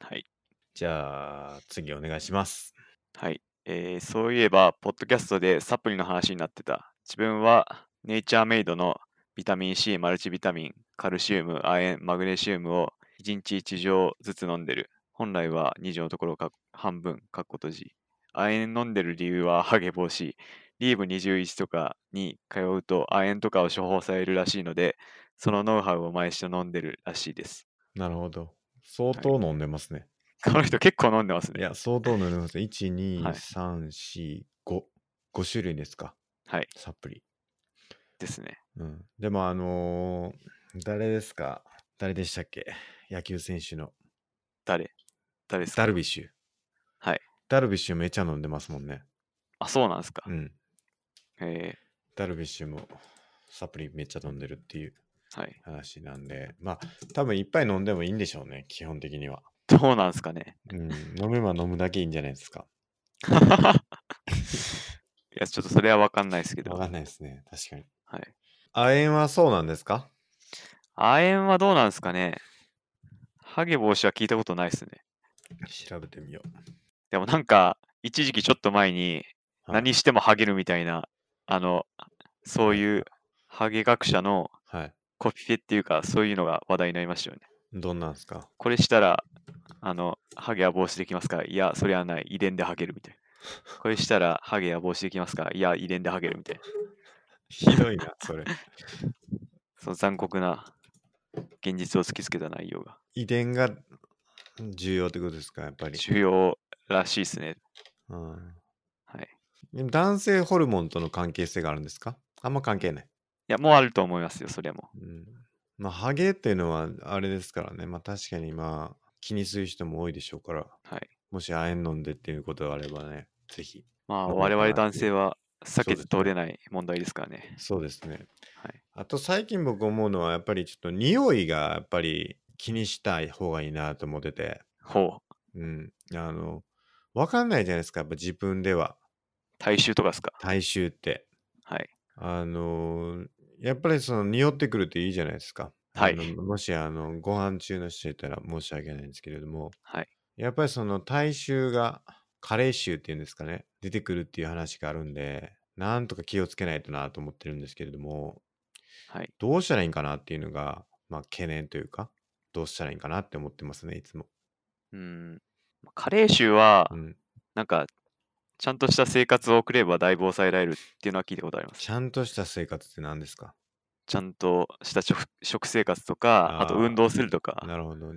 う。
はい。
じゃあ次お願いします。
はい、えーそういえば、ポッドキャストでサプリの話になってた。自分はネイチャーメイドのビタミン C、マルチビタミン、カルシウム、亜鉛、マグネシウムを1日1錠ずつ飲んでる。本来は2錠のところか半分、かっこ閉じ。亜鉛飲んでる理由は ハゲ防止。リーブ21とかに通うと亜鉛とかを処方されるらしいので、そのノウハウを毎週飲んでるらしいです。
なるほど。相当飲んでますね。
この人結構飲んでます
い、
ね。
や、相当飲んで ますね。1、2、
はい
3、4、5。5種類ですか。
はい。
サプリ。
ですね。
うん。でも、あのー誰ですか誰でしたっけ野球選手の。
誰誰ですか
ダルビッシュ。
はい。
ダルビッシュめちゃ飲んでますもんね。
あ、そうなんですか。
うん。
え
ダルビッシュもサプリめっちゃ飲んでるっていう
ーはい。
話なんで、まあ、多分いっぱい飲んでもいいんでしょうね、基本的には。
どうなんですかね。
うん。飲めば飲むだけいいんじゃないですか。
いや、ちょっとそれは分かんないですけど。
わ
は
か
い
ん。ないですね。確かに。亜鉛はそうなんですか
亜鉛はどうなんですかねハゲ防止は聞いたことないですね。
調べてみよう。
でもなんか、一時期ちょっと前に、
はい
何してもハゲるみたいな、あの、そういうハゲ学者の
はい。
コピペっていうか、そういうのが話題になりましたよね。
どんなんですか
これしたら、あの、ハゲは防止できますかいや、それはない。遺伝でハゲるみたいな。これしたら、ハゲは防止できますかいや、遺伝でハゲるみたいな。
ひどいな、 それ。
その残酷な現実を突きつけた内容が
遺伝が重要ってことですか、やっぱり。
重要らしいですね。
うん、
はい。
でも男性ホルモンとの関係性があるんですかあんま関係ない。
いや、もうあると思いますよ、それも。
うん、まあ、ハゲっていうのはあれですからね。まあ、確かにまあ、気にする人も多いでしょうから、
はい。
もし亜鉛飲んでっていうことがあればね、ぜひ。
まあ、
まあ
我
まあ
々男性は避け
そうです
て
ね
通れない問題ですからね。
そうですね。
はい。
あと最近僕思うのは、やっぱりちょっと匂いがやっぱり気にしたい方がいいなと思ってて。
ほう。
うん。あの、わかんないじゃないですか。やっぱ自分では、
体臭とかですか
体臭って。
はい。
あのーやっぱりその匂ってくるっていいじゃないですか。
はい
あのもしあのご飯中の人いたら申し訳ないんですけれども、
はい
やっぱりその体臭が加齢臭っていうんですかね出てくるっていう話があるんでなんとか気をつけないとなと思ってるんですけれども
はい。
どうしたらいいんかなっていうのが、まあ、懸念というかどうしたらいいんかなって思ってますねいつも。
うーん。まあ加齢臭は
う、ん、
なんか、ちゃんとした生活を送ればだいぶ抑えられるっていうのは聞いたことあります。
ちゃんとした生活って何ですか
ちゃんとした食食生活とか、あと
あー
運動するとか、
なるほど。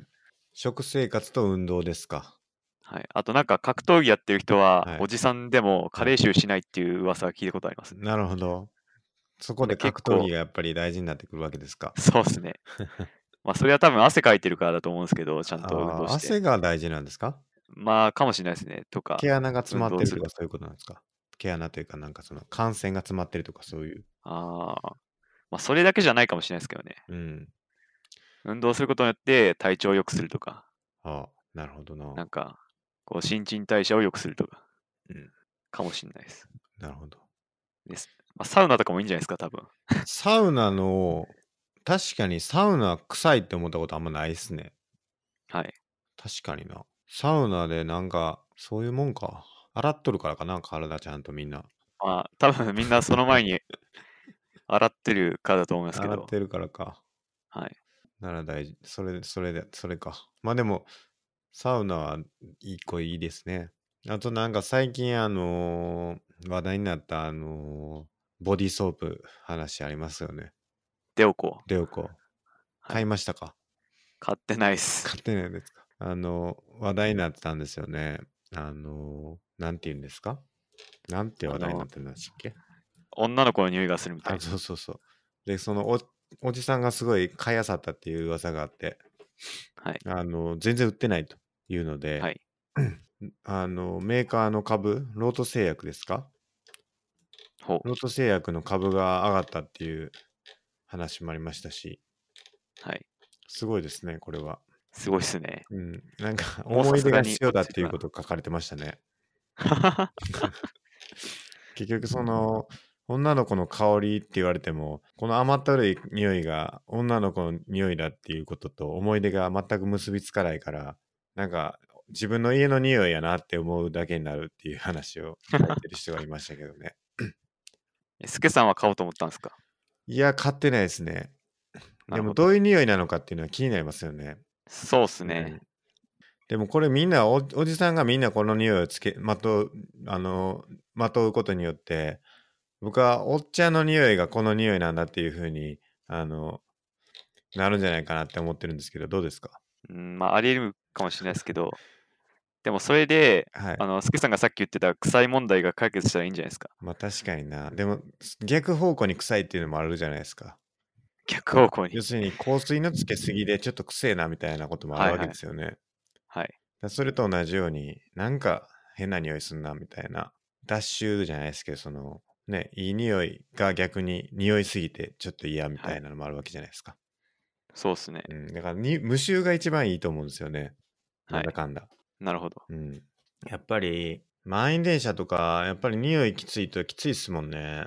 食生活と運動ですか。
はい、あとなんか格闘技やってる人は、
はい
おじさんでも加齢臭しないっていう噂は聞いたことありますね。
なるほど。そこで
結
格闘
構
技がやっぱり大事になってくるわけですか。
そうですね。まあ、それは多分汗かいてるからだと思うんですけど、ちゃんと運
あ
動
ー
して。
汗が大事なんですか
まあ、かもしれないですね。とか、
毛穴が詰まってると
運動
かそういうことなんですか毛穴というかなんかその感染が詰まってるとかそういう。
あーまあ、それだけじゃないかもしれないですけどね。
うん。
運動することによって体調を良くするとか、
ああ、なるほどな。
なんか、こう、新陳代謝を良くするとか、
うん
かもしれないです。
なるほど。
ですまあ、サウナとかもいいんじゃないですか、多分。
サウナの、確かにサウナ臭いって思ったことあんまないっすね。
はい。
確かにな。サウナでなんか、そういうもんか。洗っとるからかな、体ちゃんとみんな。
まあ、多分みんなその 前に洗ってるからだと思いますけ
洗
ど
っ、てるからか。
はい。
なら大事。それ、それで、それか。まあでも、サウナは一個いいですね。あとなんか最近あのー話題になったあのーボディーソープ話ありますよね。
でおこう。
レオコ。
い
買いましたか、
買ってないっす。
買ってないですかあのー話題になってたんですよね。あのーなんて言うんですかなんて話題になってたんですっけ
女の子の匂いがするみたい
あ、
な。
そうそうそう。で、そのお、おじさんがすごい買いあさったっていう噂があって、
はい。
あの、全然売ってないというので、
はい。
あの、メーカーの株、ロート製薬ですか
ほう。
ロート製薬の株が上がったっていう話もありましたし、
はい。
すごいですね、これは。
すごいっすね。
うん。なんか、
もう
思い
さす
出
が
が
に
必要だっていうこと書かれてましたね。結局、その、女の子の香りって言われても、この甘ったるい匂いが女の子の匂いだっていうことと思い出が全く結びつかないから、なんか、自分の家の匂いやなって思うだけになるっていう話を書いてる人がいましたけどね。
えスケさんは買おうと思ったんですか
いや、買ってないですね。 で
なるほ
も
ど。
どういう匂いなのかっていうのは気になりますよね。
そうっす
う
ね
ん。でもこれみんなお、おじさんがみんなこの匂いをつけ、まとう、あの、まとうことによって、僕はおっちゃんの匂いがこの匂いなんだっていうふうに、あの、なるんじゃないかなって思ってるんですけど、どうですか
うん、まあ、あり得るかもしれないですけど、でもそれで、
はい
あ。の、スケさんがさっき言ってた臭い問題が解決したらいいんじゃないですか。
まあ確かにな。でも、逆方向に臭いっていうのもあるじゃないですか。
逆方向に
要。するに香水のつけすぎでちょっと臭えなみたいなこともあ
はい
る
は
わ
い
けですよね。
はい。
だそれと同じようになんか変な匂いすんなみたいな脱臭じゃないですけどそのねいい匂いが逆に匂いすぎてちょっと嫌みたいなのもあるわけじゃないですか、
そうっすね。
うん、だからに無臭が一番いいと思うんですよねな
は
ん
い
だ。かんだ、
なるほど。
うん、やっぱり満員電車とかやっぱり匂いきついときついっすもんね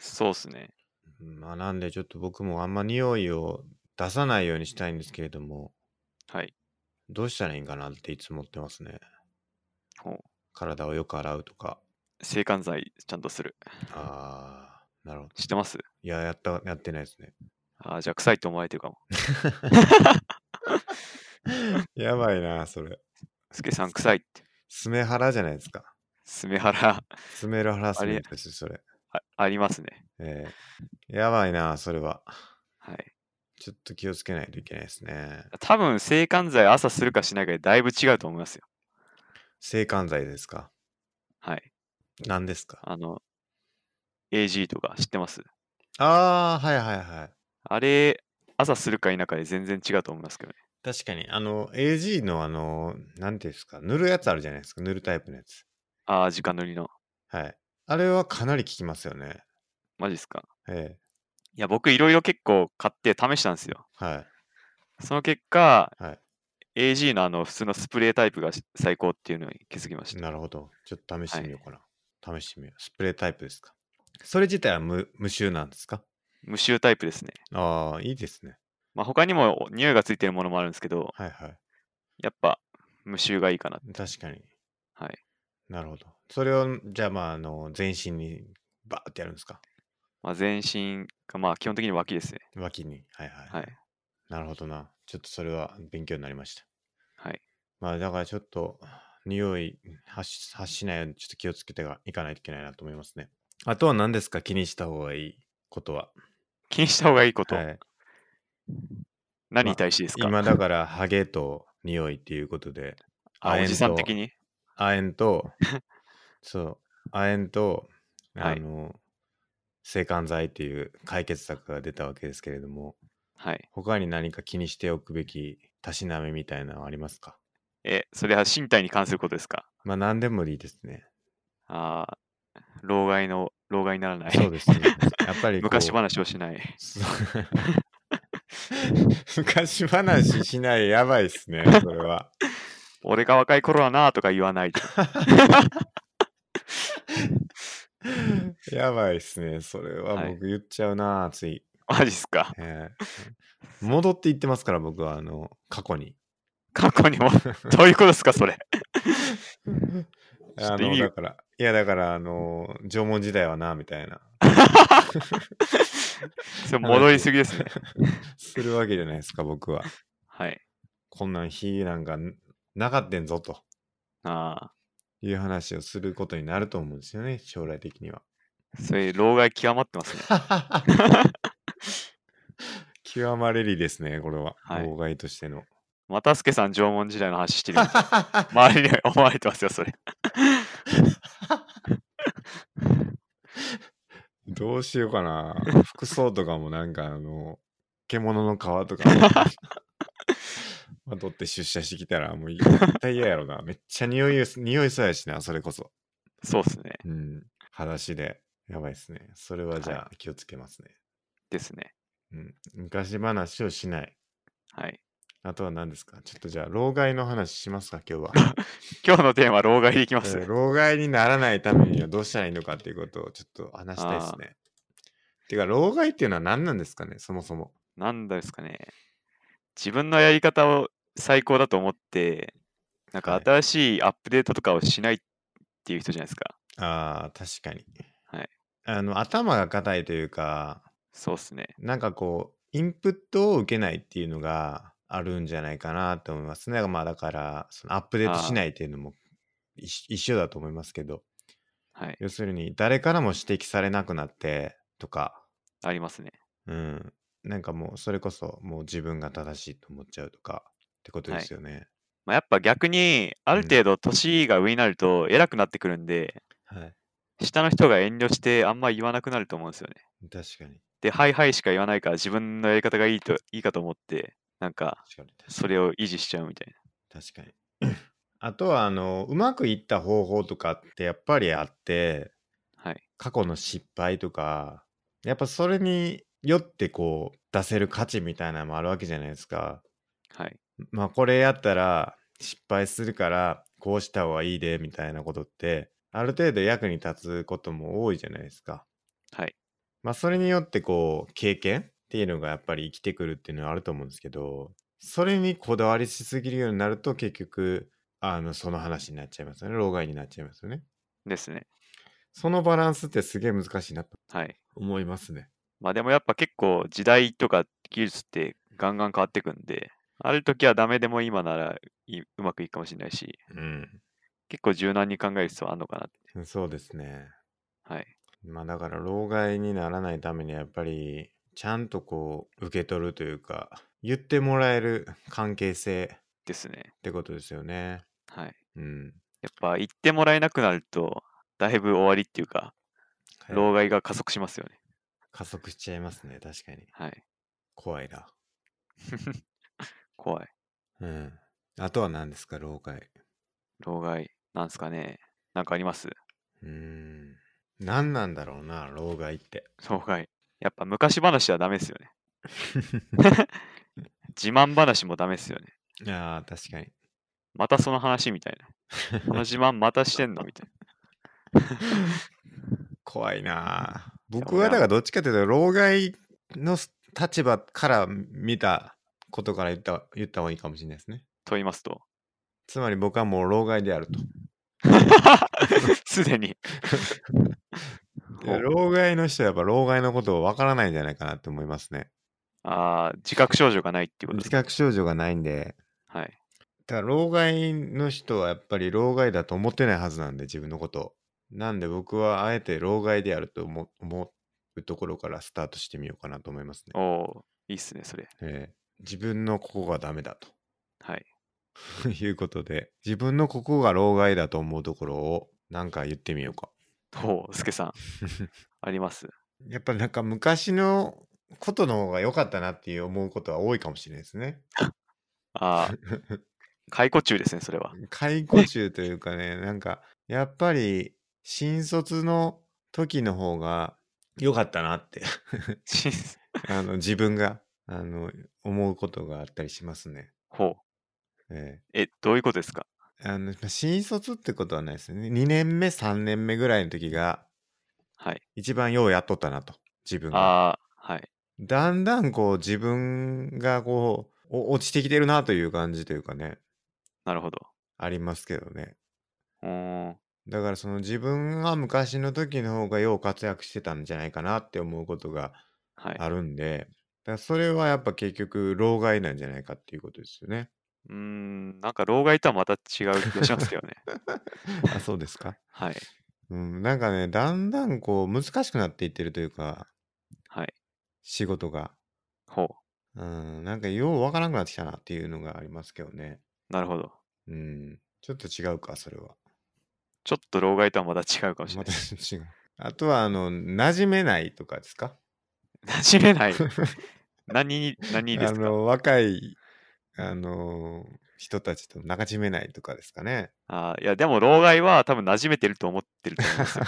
そうっすね。
うんまあなんでちょっと僕もあんま匂いを出さないようにしたいんですけれども
はい。
どうしたらいいんかなっていつも思ってますね
ほう
体をよく洗うとか
制汗剤ちゃんとする。
ああ、なるほど。
知ってます
いや、やった、やってないですね。
あーじゃあ臭いと思われてるかも。
やばいな、それ。
スケさん臭いって。
スメハラじゃないですか。
スメハラ
スメルハラスメントです、それ。
あありますね。
ええやばいな、それは。
はい。
ちょっと気をつけないといけないですね。
多分制汗剤朝するかしないかでだいぶ違うと思いますよ。
性感剤ですか
はい。
何ですか
あの、AG とか知ってます
ああ、はいはいはい。
あれ、朝するか否かで全然違うと思いますけどね。
確かに、あの、AG のあの、なんていうんですか、塗るやつあるじゃないですか、塗るタイプのやつ。
ああ、時間塗りの。
はい。あれはかなり効きますよね。
マジっすか。
ええ
いや、僕いろいろ結構買って試したんですよ。
はい。
その結果、
はい
AG のあの普通のスプレータイプがし最高っていうのに気づきました。
なるほど。ちょっと試してみようかな。試してみよう。スプレータイプですか。それ自体は無無臭なんですか
無臭タイプですね。
ああ、いいですね。
まあ、他にもお匂いがついてるものもあるんですけど、
はいは
やっぱ無臭がいいかな。
い。確かに。
はい。
なるほど。それを、じゃあまあ、あの、全身にバーってやるんですか
まあ、全身がまあ基本的に脇ですね。
脇に。はいはい。
はい。
なるほどな。ちょっとそれは勉強になりました。
はい。
まあ、だからちょっと、匂い発し発しないようにちょっと気をつけていかないといけないなと思いますね。あとは何ですか気にした方がいいことは。
気にした方がいいこと、
はい、ま
何に対してですか、
今だから、ハゲと匂いっていうことで、
あ、おじさん的
に
に
亜鉛とそう亜鉛と
は
あ
い
の、制汗剤っていう解決策が出たわけですけれども
はい。
他に何か気にしておくべきたしなみみたいなのはありますか
え、それは身体に関することですか
まあ何でもいいですね。
ああ、老害の、老害にならない。
そうですね。やっぱりこう
昔話をしない。
そう 昔話しないやばいっすね、それは。
俺が若い頃はなあとか言わないと。
やばいっすね、それは
はい
僕言っちゃうな、つい。
マジっすか
えー戻っていってますから、僕はあの過去 に。
過去にも。 どういうことですかそれ。ちょ
あ
っと意
の
味が
だから、いやだから、あの、縄文時代はな、みたいな、
それ戻りすぎですね。
するわけじゃないですか、僕は。
はい。
こんなん日なんかなかってんぞと
あ
いう話をすることになると思うんですよね、将来的には。
あ、それ、老害極まっ てますね。
極まれりですね、これは。
はい
妨害としての。
またすけさん縄文時代の話してるみたい。 周りに思われてますよ、それ。
どうしようかな。服装とかもなんかあの、獣の皮とかまあ取って出社してきたらもう絶対嫌やろな。めっちゃ匂いよ、匂いそうやしな、それこそ。
そうですね。
うん。裸足で。やばいですね。それはじゃあ気をつけますね。
ですね。
うん。昔話をしない。
はい。
あとは何ですかちょっとじゃあ、老害の話しますか、今日は。
今日のテーマ、老害でいき
え
ます。
ー 老害にならないためにはどうしたらいいのかっていうことをちょっと話したいですね。てか、老害っていうのは何なんですかね、そもそも。
なんだですかね。自分のやり方を最高だと思って、なん
は
か
い
新しいアップデートとかをしないっていう人じゃないですか。
ああ、確かに。
はい。
あの、頭が硬いというか、
そうっすね。
なんかこう、インプットを受けないっていうのがあるんじゃないかなと思いますね。まあだから、そのアップデート
あー
しないっていうのも一一緒だと思いますけど、
はい。
要するに誰からも指摘されなくなってとか、
ありますね。
うん。なんかもうそれこそもう自分が正しいと思っちゃうとかってことですよね。
まあ、やっぱ逆に、ある
うん
程度年が上になると偉くなってくるんで、
はい。
下の人が遠慮してあんま言わなくなると思うんですよね。
確かに。
で、はいはいしか言わないから自分のやり方がいいと、いいかと思って、なんか、
確かに。
それを維持しちゃうみたい
確かに。 あとは、あの、うまくいった方法とかってやっぱりあって、
な。はい。
過去の失敗とか、やっぱそれによってこう、出せる価値みたいなのもあるわけじゃないですか。
はい。
まあ、これやったら失敗するから、こうした方がいいで、みたいなことって、ある程度役に立つことも多いじゃないですか。
はい。
まあ、それによってこう、経験っていうのがやっぱり生きてくるっていうのはあると思うんですけど、それにこだわりしすぎるようになると、結局、あの、その話になっちゃいますよね。老害になっちゃいますよね。
ですね。
そのバランスってすげえ難しいなと
はい。
思いますね。
まあでもやっぱ結構時代とか技術ってガンガン変わってくんで、ある時はダメでも今ならいうまくいくかもしれないし、
うん。
結構柔軟に考える必要はあるのかなって。
そうですね。
はい。
まあだから、老害にならないためにはやっぱり、ちゃんとこう、受け取るというか、言ってもらえる関係性
ですね。
ってことですよね。
はい。
うん。
やっぱ言ってもらえなくなると、だいぶ終わりっていうか、
はい
老害が加速しますよね。
加速しちゃいますね。確かに。
はい。
怖いな。
怖い。
うん。あとは何ですか、老害。
老害。なんすかね。なんかあります
うーん。何なんだろうな、老害って。
老害。やっぱ昔話はダメですよ ね。自慢話もダメですよね。
ああ、確かに。
またその話みたいな。この自慢またしてんのみたいな。
怖いな。
や
僕はだからどっちかというと、老害のす立場から見たことから言った言った方がいいかもしれないですね。
と言いま すと。
つまり僕はもう老害であると。
す でに。ほ
で
う
老害の人はやっぱ老害のことをわからないんじゃないかなって思いますね。
ああ、自覚症状がないっていうことで
自
すか。
覚症状がないんで。
はい。
だから老害の人はやっぱり老害だと思ってないはずなんで自分のことをなんで僕はあえて老害であると思思うところからスタートしてみようかなと思いますね、
おおー、いいっすね、それ。
ええ自分のここがダメだ
はい。
と いうことで自分のここが老害だと思うところをなんか言ってみようか
おお、すけさ ん、あります。
やっぱなんか昔のことの方が良かったなっていう思うことは多いかもしれないですね
ああ、解雇中ですね、それは。
解雇中というかね、なんか、やっぱり、新卒の時の方が良かったなって、
し
あの、自分が、あの、思うことがあったりしますね。
ほう。
え
え、どういうことですか
えあの、まあ新卒ってことはないですね。2年目、3年目ぐらいの時が、
はい。
一番ようやっとったなと、自分が。
ああ、はい。
だんだんこう、自分がこう、お落ちてきてるなという感じというかね、
なるほど。
ありますけどね。
うーん。
だからその自分が昔の時の方がよう活躍してたんじゃないかなって思うことが
はい。
あるんで、だからそれはやっぱ結局老害なんじゃないかっていうことですよね。
うーん、なんか、老害とはまた違う気がしますけどね。
あそうですか、
はい。
うん、なんかねだんだんこう難しくなっていってるというか
はい。
仕事が、
ほ
うん、なんかようわからなくなってきたなっていうのがありますけどね。
う。なるほど。
うん、ちょっと違うかそれは。
ちょっと老害とはまた違うかもしれ
ま
ない
た。違う。あとはあの馴染めないとかですか
馴染めない。何に、何にで
あ
すか
の若いあの人たちと仲じめないとかですかね。
あーいや、でも、老害は多分馴染めてると思ってると思いますよ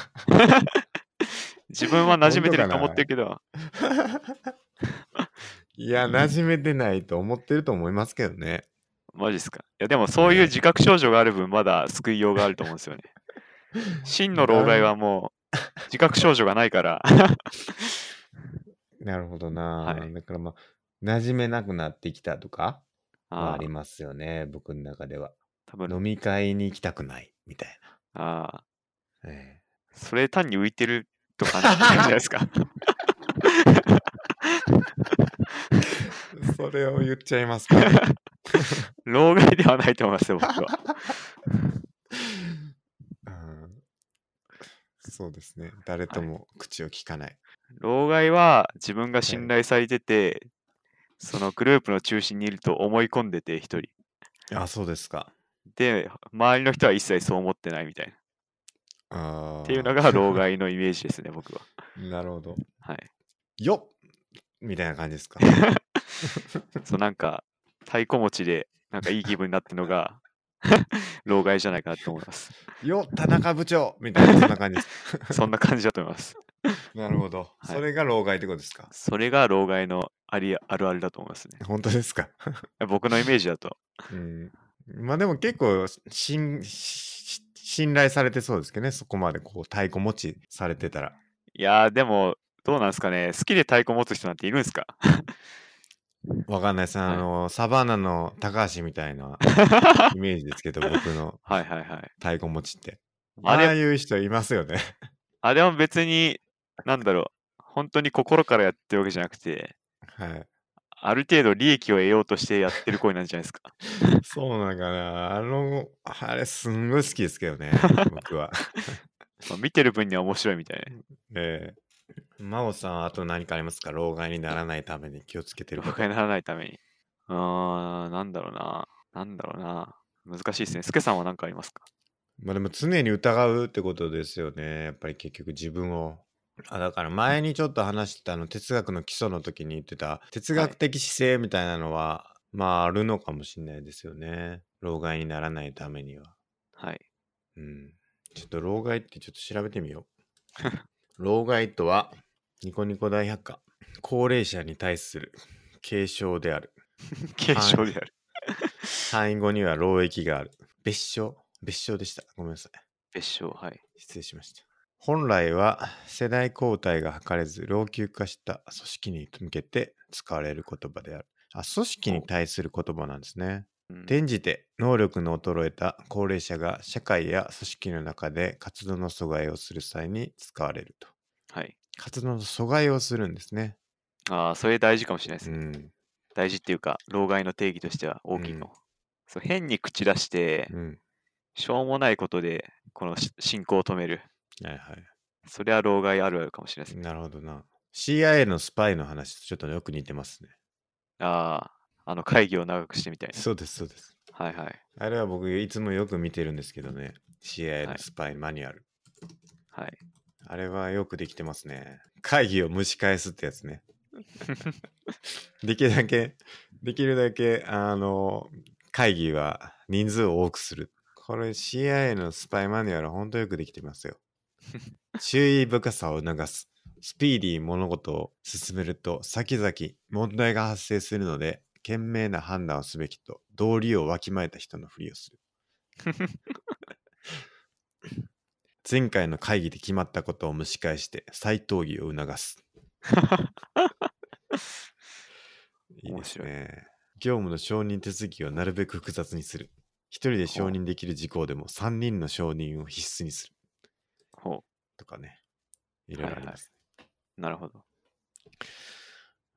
自分は馴染めてると思ってるけど、
いや、馴染めてないと思ってると思いますけどね。
マジですか。いや、でも、そういう自覚症状がある分、まだ救いようがあると思うんですよ ね。真の老害はもう、自覚症状がないから、
なるほどな、
はい
だからまあ、馴染めなくなってきたとかは
あ
ありますよね、僕の中では。
ー多分、
飲み会に行きたくないみたい
ああ、
な。 え
それ単に浮いてるとかなんじゃないです か。
えそれを言っちゃいますか。
老害ではないと思いますよ、僕 は。
うんそうですね。誰とも口を聞かない。
老害は自分が信頼されてて、そのグループの中心にいると思い込んでて、一人。
あ、そうですか。
で、周りの人は一切そう思ってないみたいな。
あ
っていうのが老害のイメージですね、僕は。
ーなるほど。
はい。
よっみたいな感じですか。
そう、なんか、太鼓持ちで、なんかいい気分になってるの が、老害じゃないかなと思います。
よっ田中部長みたいな、そんな感じ です。
そんな感じだと思います。
なるほど。
い
それが老害ってことですか。
それが老害のありあるあるだと思いますね。
本当ですか。
僕のイメージだと。
うん。まあでも結構しんし信頼されてそうですけどね。そこまでこう太鼓持ちされてたら。
いやー、でも、どうなんですかね。好きで太鼓持つ人なんているんです か
わかんないです。あ
はい
の、サバンナの高橋みたいなイメージですけど、 僕の
はいはいはい。
太鼓持ちって。あ
あれ
あいう人います よね。
あれは別に、なんだろう。本当に心からやってるわけじゃなくて、
はい。
ある程度利益を得ようとしてやってる行為なんじゃないですか。
そうなんかな。あの、あれすんごい好きですけど ね、僕は。
まあ見てる分には面白いみたい
ええ真央さん、あと何かありますか老害にならないために気をつけて
な。
る
誤
こと。
解にならないために。うーん、なんだろうな。なんだろうな。難しいですね。スケさんは何かありますか
まあでも常に疑うってことですよね。やっぱり結局自分を。あだから前にちょっと話してたあの哲学の基礎の時に言ってた哲学的姿勢みたいなのは、まああるのかもしれないですよね。老害にならないためには。
はい。
うん。ちょっと老害ってちょっと調べてみよう。 老害とは、ニコニコ大百科。高齢者に対する警鐘である。
軽症である。
単位後には労役がある。別称別称でした。ごめんなさい。
別称、はい。
失礼しました。本来は世代交代が図れず老朽化した組織に向けて使われる言葉である。あ、組織に対する言葉なんですね。
うん
転じて能力の衰えた高齢者が社会や組織の中で活動の阻害をする際に使われると。
はい。
活動の阻害をするんですね。
ああ、それ大事かもしれないです
う
ね。
ん。
大事っていうか、老害の定義としては大きいの。
う
そう変に口出して、
うん。
しょうもないことで、このし進行を止める。
はいはい。
それは老害あるあるかもしれないですね。
なるほどな。CIA のスパイの話とちょっとよく似てますね。
ああ、あの会議を長くしてみたいな。
そうです、そうです。
はいはい。
あれは僕いつもよく見てるんですけどね。CIA
は
の
い
スパイマニュアル。
はい。
あれはよくできてますね。会議を蒸し返すってやつ ね。できるだけ、できるだけ、あの、会議は人数を多くする。これ CIA のスパイマニュアルは本当よくできてますよ。注意深さを促す。スピーディーに物事を進めると先々問題が発生するので、賢明な判断をすべきと、道理をわきまえた人のふりをする。前回の会議で決まったことを蒸し返して再討議を促す。いいです
面白い
ね。業務の承認手続きをなるべく複雑にする。一人で承認できる事項でも三人の承認を必須にする
ほ
とかね。いろいろあります。
う。なるほど。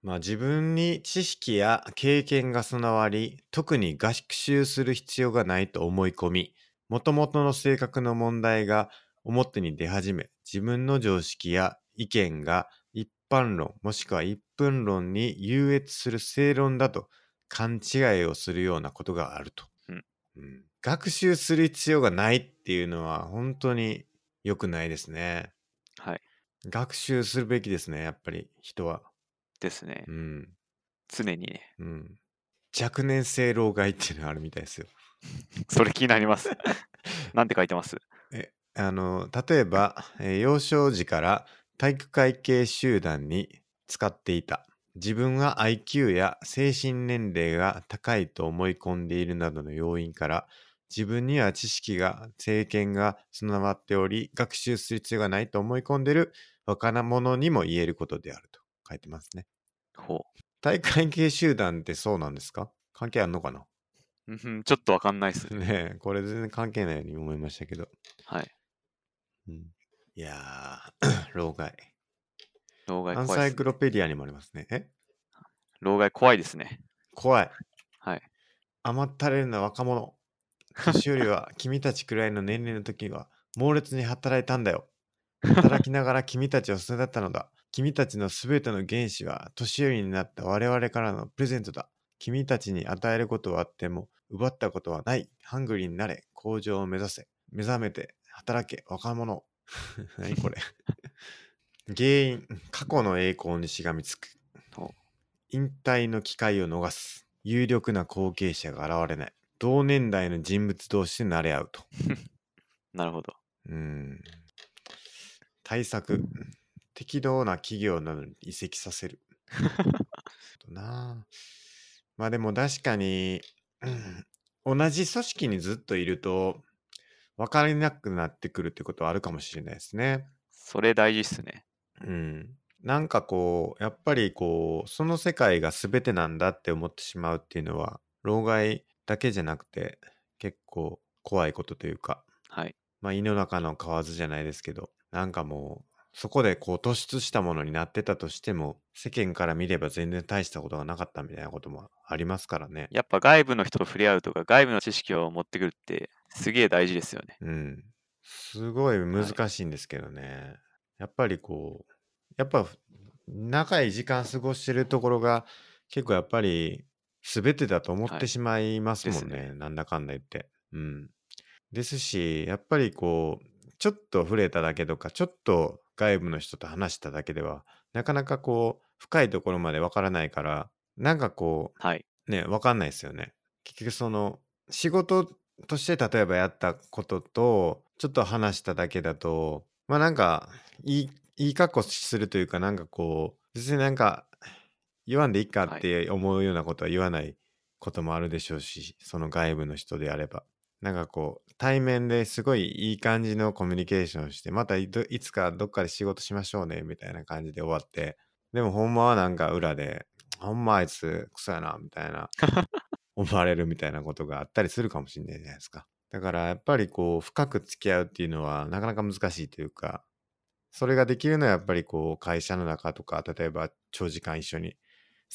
まあ自分に知識や経験が備わり、特に学習する必要がないと思い込み、もともとの性格の問題が表に出始め、自分の常識や意見が一般論もしくは一分論に優越する正論だと勘違いをするようなことがあると。
うん
うん学習する必要がないっていうのは本当に良くないですね。
はい。
学習するべきですね、やっぱり人は。
ですね
う。ん。
常にね。
うん。若年性老害っていうのがあるみたいですよ。
それ気にな ります。なんて書いてます
あの、例えば、えー幼少時から体育会系集団に使っていた。自分は IQ や精神年齢が高いと思い込んでいるなどの要因から、自分には知識が、経験が備わっており、学習する必要がないと思い込んでいる若者にも言えることであると書いてますね。
ほ
体育会系集団ってそうなんですか関係あるのかな
うんふん、ちょっとわかんないっす。
ねえこれ全然関係ないように思いましたけど。
はい。
うん、いやー、 老害。
老害
アン
怖い
サ
っ
イ
す。
クロペディアにもありますね。え
老害怖いですね。
怖い。
はい。
甘ったれるな若者。年寄りは君たちくらいの年齢の時は猛烈に働いたんだよ。働きながら君たちを育てたのだ。君たちのすべての原子は年寄りになった我々からのプレゼントだ。君たちに与えることはあっても奪ったことはない。ハングリーになれ。向上を目指せ。目覚めて働け。若者。 何これ。原因。過去の栄光にしがみつく
お。
引退の機会を逃す。有力な後継者が現れない。同年代の人物同士で慣れ合うと。
なるほど。
うん。対策。適当な企業などに移籍させる。となあまあでも確かに、うん同じ組織にずっといると分かりなくなってくるってことはあるかもしれないですね。
それ大事っすね。
うん。なんかこう、やっぱりこう、その世界が全てなんだって思ってしまうっていうのは、老害だけじゃなくて結構怖いことというか、
はい。
まあ、胃の中の蛙じゃないですけど、なんかもう、そこでこう突出したものになってたとしても、世間から見れば全然大したことがなかったみたいなこともありますからね。
やっぱ外部の人と触れ合うとか、外部の知識を持ってくるって、すげえ大事ですよね。
うん。すごい難しいんですけどね。やっぱりこう、やっぱ長い時間過ごしてるところが結構やっぱり全てだと思っ
は
て
い
しまいますもん
で
ね。
す
なんだかんだ言って。うん。ですし、やっぱりこう、ちょっと触れただけとか、ちょっと外部の人と話しただけでは、なかなかこう、深いところまでわからないから、なんかこう、
はい。
ね、わかんないですよね。結局その仕事として例えばやったこととちょっと話しただけだとまあなんかいいいい格好するというかなんかこう別になんか言わんでいいか
はい
って思うようなことは言わないこともあるでしょうしその外部の人であればなんかこう対面ですごいいい感じのコミュニケーションしてまたいどいつかどっかで仕事しましょうねみたいな感じで終わってでもほんまはなんか裏でほんまあいつクソやなみたいな思われるみたいなことがあったりするかもしれないじゃないですかだからやっぱりこう深く付き合うっていうのはなかなか難しいというかそれができるのはやっぱりこう会社の中とか例えば長時間一緒に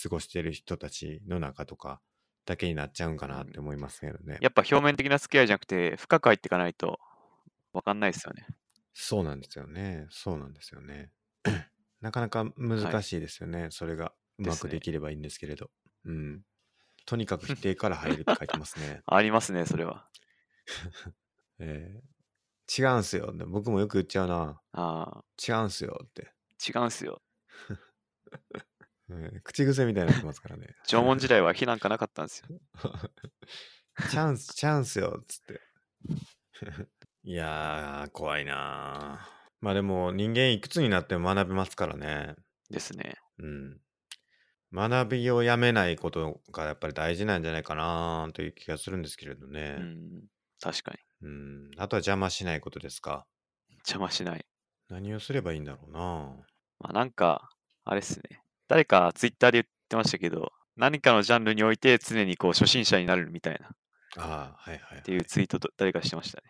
過ごしてる人たちの中とかだけになっちゃうんかなって思いますけどね、
やっぱ表面的な付き合いじゃなくて、深く入っていかないと、わかんないですよね。
そうなんですよね。そうなんですよね。 なかなか
は
難
い
しいですよね。それがう
で
ますく
ね。
できればいいんですけれど。うん。とにかく否定から入るって書いてますね
ありますね、それは。
えー違うんすよ。で僕もよく言っちゃうな。
ああ、
違うんすよって。
違うんすよ。
えー口癖みたいになってますからね。
縄文時代は非難かなかったんですよ。
チャンス、チャンスよっつって。 いやー、怖いなーまあでも人間いくつになっても学べますからね。
ですね。
うん。学びをやめないことがやっぱり大事なんじゃないかなという気がするんですけれど
う
ね。
ん、確かに。
うん。あとは邪魔しないことですか。
邪魔しない。
何をすればいいんだろうな
まあ、なんか、あれっすね。誰かツイッターで言ってましたけど、何かのジャンルにおいて常にこう初心者になるみたいなっ
ああ、はいはい
ていうツイートと誰かしてました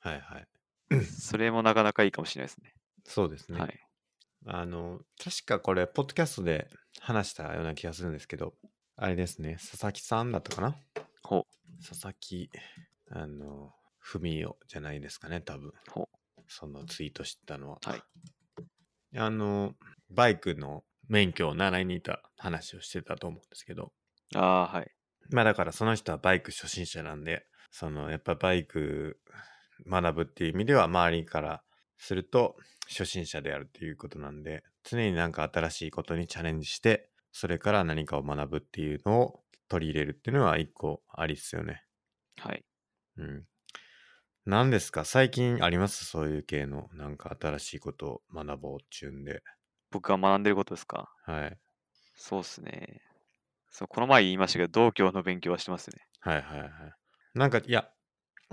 はい。はいはい。
ね。それもなかなかいいかもしれないですね。
そうですね。
はい。
あの、確かこれ、ポッドキャストで話したような気がするんですけど、あれですね、佐々木さんだったかな
ほ
佐々木、あの、文雄じゃないですかね、多分。
ほ
そのツイートしてたのは。
はい
あの、バイクの免許を習いに行った話をしてたと思うんですけど、
う。ああ、はい。
まあだからその人はバイク初心者なんで、そのやっぱバイク学ぶっていう意味では周りからすると初心者であるっていうことなんで、常になんか新しいことにチャレンジして、それから何かを学ぶっていうのを取り入れるっていうのは一個ありっすよね。
はい。
うん。何ですか最近ありますそういう系のなんか新しいことを学ぼうっちゅうんで。
僕が学んでることですか
はい。
そうっすね。そう、この前言いましたけど、同居の勉強はしてますね。
はいはいはい。なんかいや、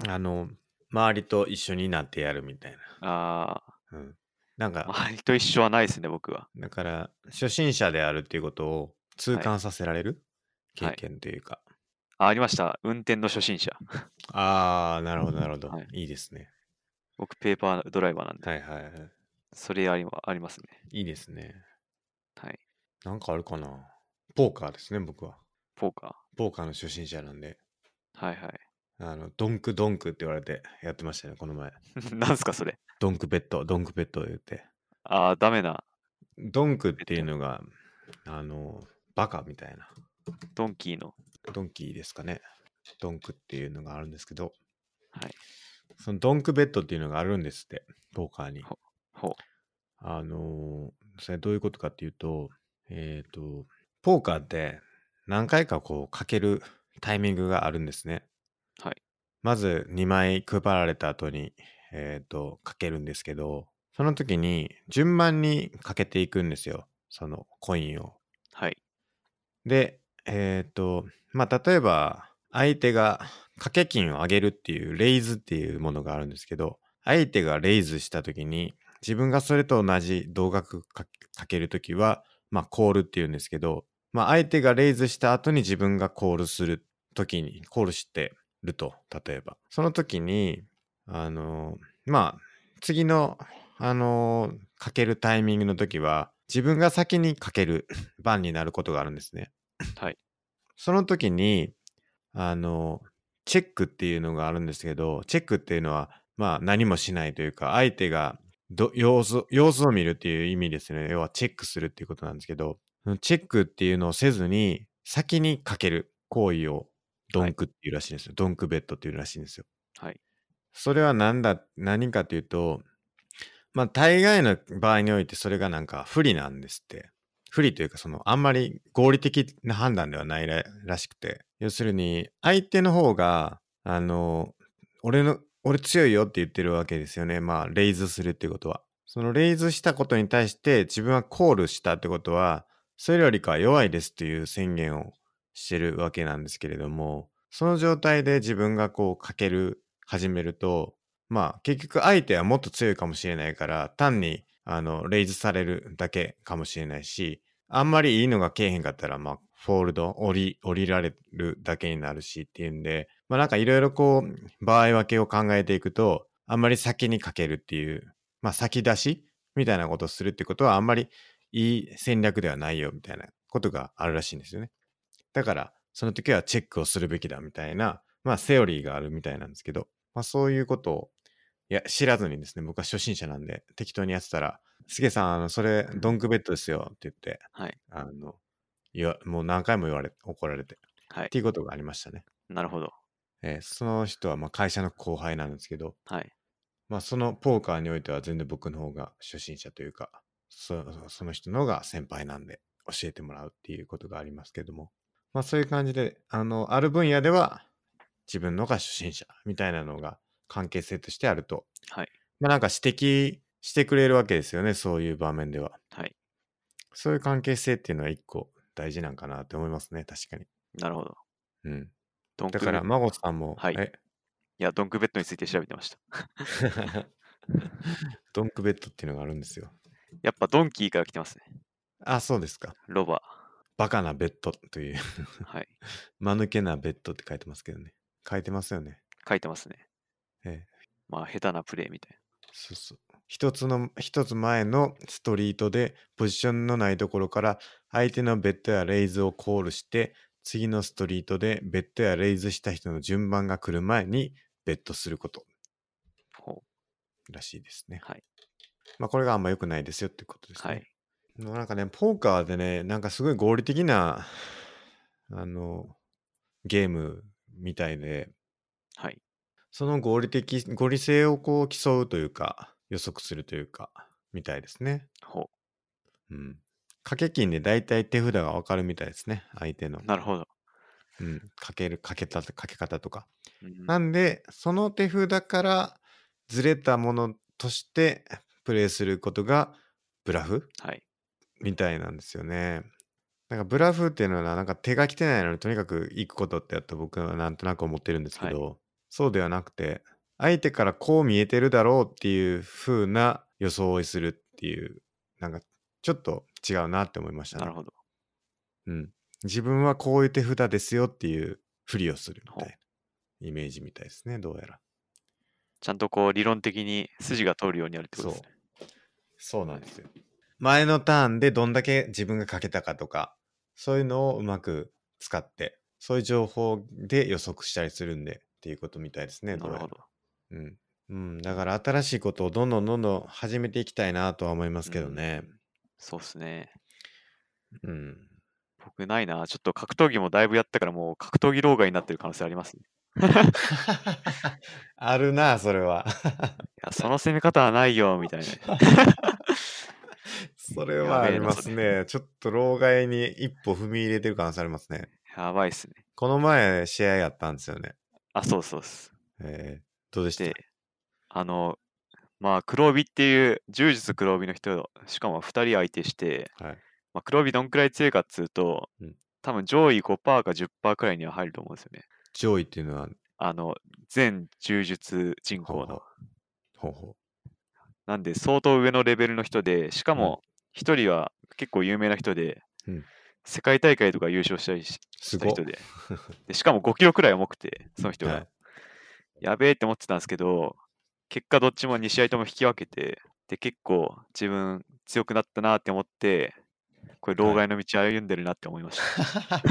あの、周りと一緒になってやるみたいな。
あ
うん、なん
あ、
か、
周りと一緒はないですね、僕は。
だから、初心者であるっていうことを痛
はい
感させられる経
はい
験というか、
あ、ありました。運転の初心者。
ああ、なるほど、なるほど。
はい。
いいですね。
僕、ペーパードライバーなんで、
はいはいはい。
それありありますね。
いいですね。
はい。
なんかあるかな。ポーカーですね、僕は。
ポーカ
ポーカーの初心者なんで。
ー。はいはい。
あの、ドンクドンクって言われてやってましたね、この前。
なんすか、それ。
ドンクベッド、ドンクベッドを言って。
ああ、ダメな。
ドンクっ
ベッ
ていう
ド。
のが、あの、バカみたいな。
ドンキーの。
ドンキーですかね。ドンクっていうのがあるんですけど、
はい。
そのドンクベッドっていうのがあるんですって、ポーカーに。
ほ、ほ
あのーそれどういうことかっていうと、えっ、と、ポーカーって何回かこうかけるタイミングがあるんですね。
う。はい。
まず2枚配られた後に、えっ、と、かけるんですけど、その時に順番にかけていくんですよ。そのコインを。
はい。
で、えっ、と、まあ、例えば、相手が掛け金を上げるっていう、レイズっていうものがあるんですけど、相手がレイズしたときに、自分がそれと同じ同額かかけるときは、まあ、コールっていうんですけど、まあ、相手がレイズした後に自分がコールするときに、コールしてると、例えば。そのときに、あの、まあ、次の、あの、かけるタイミングのときは、自分が先にかける番になることがあるんですね。
はい。
その時に、あの、チェックっていうのがあるんですけど、チェックっていうのは、まあ何もしないというか、相手がど様子様子を見るっていう意味ですね。要はチェックするっていうことなんですけど、そのチェックっていうのをせずに、先にかける行為をド
は
ン
い。
クっていうらしいんですよ。ドンクベッドっていうらしいんですよ。
はい。
それは何だ、何かというと、まあ大概の場合においてそれがなんか不利なんですって。不利というかそのあんまり合理的な判断ではないららしくて。要するに相手の方が、あの、俺の、俺強いよって言ってるわけですよね。まあレイズするってことは。そのレイズしたことに対して自分はコールしたってことは、それよりかは弱いですという宣言をしてるわけなんですけれども、その状態で自分がこうかける、始めると、まあ結局相手はもっと強いかもしれないから単にあのレイズされるだけかもしれないしあんまりいいのがけえへんかったらまあフォールド降り降りられるだけになるしっていうんでまあなんかいろいろこう場合分けを考えていくとあんまり先にかけるっていうまあ先出しみたいなことをするってことはあんまりいい戦略ではないよみたいなことがあるらしいんですよね。だから、その時はチェックをするべきだみたいな、まあ、セオリーがあるみたいなんですけど、まあ、そういうことを、いや、知らずにですね、僕は初心者なんで、適当にやってたら、すげさん、あの、それ、ドンクベッドですよって言って、
はい。
あの、いや、もう何回も言われ、怒られて、っ
はい。
ていうことがありましたね。
なるほど。
えーその人は、まあ、会社の後輩なんですけど、
はい。
まあ、そのポーカーにおいては全然僕の方が初心者というか、そその人の方が先輩なんで教えてもらうっていうことがありますけども、まあそういう感じで、あの、ある分野では自分のが初心者みたいなのが関係性としてあると、
はい。
まあなんか指摘してくれるわけですよね、そういう場面では。
はい。
そういう関係性っていうのは一個大事なんかなって思いますね、確かに。
なるほど。
うん。
ドン
だ
ク
か
ベ
ら、
ッド。
孫さんも、
はい。
え
いや、ドンクベッドについて調べてました。
ドンクベッドっていうのがあるんですよ。
やっぱドンキーから来てますね。
あ、そうですか。
ロバ。
バカなベッドという
はい。
間抜けなベッドって書いてますけどね。書いてますよね。
書いてますね。
ええ。
まあ、下手なプレイみたい
そうそう。一つの、一つ前のストリートで、ポジションのないところから、相手のベッドやレイズをコールして、次のストリートで、ベッドやレイズした人の順番が来る前に、ベッドすること
な。ほう。
らしいですね。
はい。
まあ、これがあんま良くないですよってことです
は
ね。
い。
でもなんかね、ポーカーでね、なんかすごい合理的な、あの、ゲームみたいで、
はい。
その合理的、合理性をこう競うというか、予測するというか、みたいですね。
ほ
うん。掛け金で大体手札がわかるみたいですね。相手の。
う。なるほど。
うん。かける、かけた、かけ方とか。
うん。
なんで、その手札からずれたものとしてプレイすることがブラフ
はい。
みたいなんですよね。なんかブラフっていうのはなんか手が来てないのにとにかく行くことってやっと僕はなんとなく思ってるんですけ
はい。
どそうではなくて相手からこう見えてるだろうっていう風な装いするっていうなんかちょっと違うなって思いました
なる
ね。
ほど。
うん。自分はこういう手札ですよっていうふりをするみたいなイメージみたいですね、どうやら。
ちゃんとこう理論的に筋が通るようになるってことですね。
そうなんですよ。前のターンでどんだけ自分がかけたかとか、そういうのをうまく使って、そういう情報で予測したりするんでっていうことみたいですね、
な
どう
る
やら
ほど。
うん、うん、だから新しいことをどんどんどんどん始めていきたいなとは思いますけどね
う。ん。そうですね。
うん。
僕ないな。ちょっと格闘技もだいぶやったからもう格闘技老害になってる可能性あります、ね。
あるな、それは。
いや、その攻め方はないよ、みたいな。
それはあります
やべえ
ね。ちょっと老害に一歩踏み入れてる可能性ありますね。
やばいっすね。
この前、試合やったんですよね。
あ、そうそうっす。
えー、どうでした
で、あの、まあ、黒帯っていう、柔術黒帯の人、しかも2人相手して、
はい。
まあ、黒帯どんくらい強いかっつうと、
うん
多分上位5%か10%くらいには入ると思うんですよね。
上位っていうのは、
あの、全柔術人
ほうほ
口の
う。ほうほ
なんで相当上のレベルの人で、しか
うん
も一人は結構有名な人で、
うん
世界大会とか優勝したりし
う。す
た
ごい
人。でで、しかも5キロくらい重くて、その人が。
はい
やべえって思ってたんですけど、結果どっちも2試合とも引き分けて、で、結構自分強くなったなって思って、これ、老害の道歩んでるなって思いました。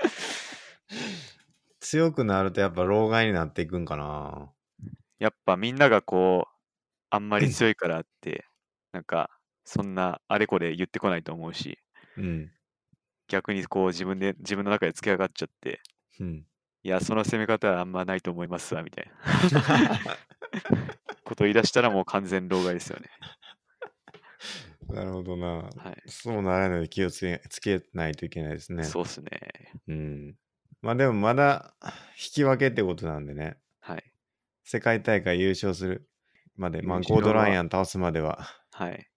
強くなるとやっぱ老害になっていくんかな。
やっぱみんながこう、あんまり強いからって、なんか、そんなあれこれ言ってこないと思うし、
うん。
逆にこう自分で、自分の中で突き上がっちゃって、
うん。
いや、その攻め方はあんまないと思いますわ、みたい なことを言い出したらもう完全老害ですよね。
なるほどな。
はい。
そうならないように気をつけつけないといけないですね。
そうっすね。
うん。まあでもまだ引き分けってことなんでね。
はい。
世界大会優勝するまで、まあ
優勝
ゴ
は
ードライアン倒すまでは、
はい。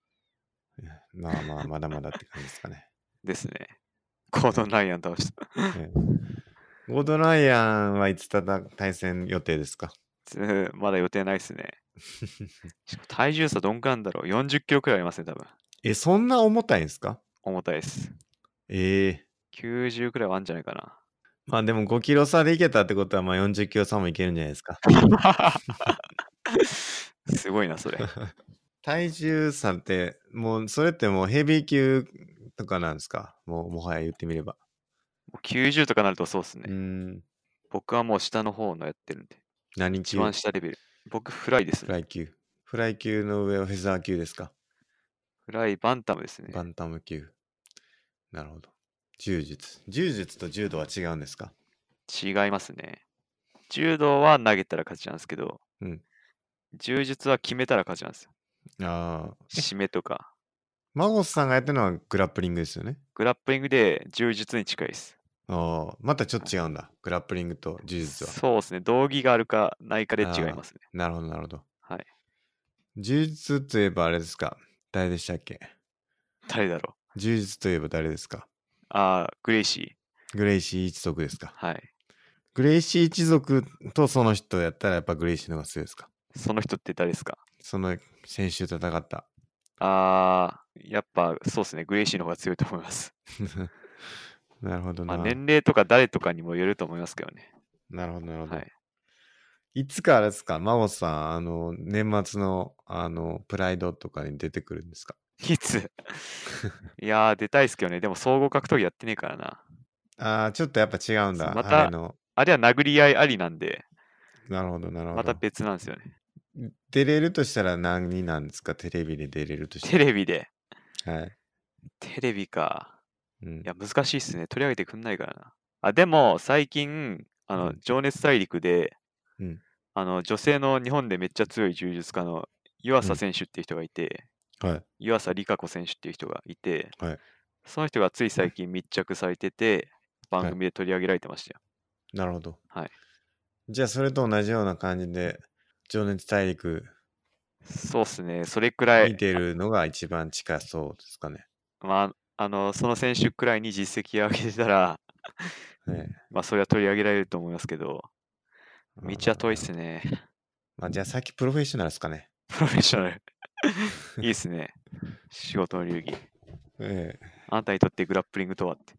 まあまあまだまだって感じですかね。
ですね。 コードン・ライアン倒した。
ええゴードライアンはいつただ対戦予定ですか
つーまだ予定ないっ すね。しかも体重差どんくらいなんだろう ?40 キロくらいありますね、多分。
え、そんな重たいんですか
重たいです。
ええ
90くらいはあるんじゃないか
まあでも5キロ差でいけたってことは、まあ40キロ差もいけるんじゃないですか。
な。すごいな、そ れ。
体重差って、もうそれってもうヘビー級とかなんですかもうもはや言ってみれば。
もう90とかなるとそうっすね。
うーん。
僕はもう下の方のやってるんで。
何
一
級
番下レベル。僕、フライです
フ
ね。
ライ級。フライ級の上はフェザー級ですか
フライ、バンタムですね。
バンタム級。なるほど。柔術。柔術と柔道は違うんですか
違いますね。柔道は投げたら勝ちなんですけど、
うん
柔術は決めたら勝ちなんですよ。
ああ。
締めとか。
マゴスさんがやってるのはグラップリングですよね。
グラップリングで柔術に近いです。
ああ。またちょっと違うんだ。グラップリングと柔術は。
そうですね。道着があるかないかで違い
あー
ますね。
なるほど、なるほど。
はい。
柔術といえばあれですか誰でしたっけ
誰だろう。
柔術といえば誰ですか
ああ、グレイシ
グレイシー一族ですか
ー。はい。
グレイシー一族とその人やったらやっぱグレイシーの方が強いですか
その人って誰ですか
その先週戦った。
ああ、やっぱそうですね。グレイシーの方が強いと思います。
なるほど
ま
な。
あ、年齢とか誰とかにもよると思いますけどね。
なるほど、なるほど。
はいい、
つかあれですか真帆さん、あの、年末の、あの、プライドとかに出てくるんですか
いついやー、出たいですけどね。でも総合格闘技やってねえからな。
ああ、ちょっとやっぱ違うんだ。
また
あれの。
あれは殴り合いありなんで、
なるほど、なるほ
また
ど。
別なんですよね。
出れるとしたら何になんですかテレビで出れるとした
テレビで。
ら。はい。
テレビか。
うん
いや、難しいっすね。取り上げてくんないからな。あ、でも、最近、あの、
うん
情熱大陸で、
うん
あの、女性の日本でめっちゃ強い柔術家の湯
う
浅
ん
選手っていう人がいて、
はい。
湯浅理香子選手っていう人がいて、
はい
その人がつい最近密着されてて、番
はい
組で取り上げられてましたよ。
なるほど。
はい。
じゃあ、それと同じような感じで、情熱大陸
そうっすね。それくらい
見、てるのが一番近そうですかね。
まあ、あの、その選手くらいに実績上げてたら、
ね
まあ、それは取り上げられると思いますけど、道は遠いっ
ね。
すね。
まあ、じゃあ、さっきプロフェッショナルですかね。
プロフェッショナル。いいっすね。仕事の流儀。
ええ
あなたにとってグラップリングとはって。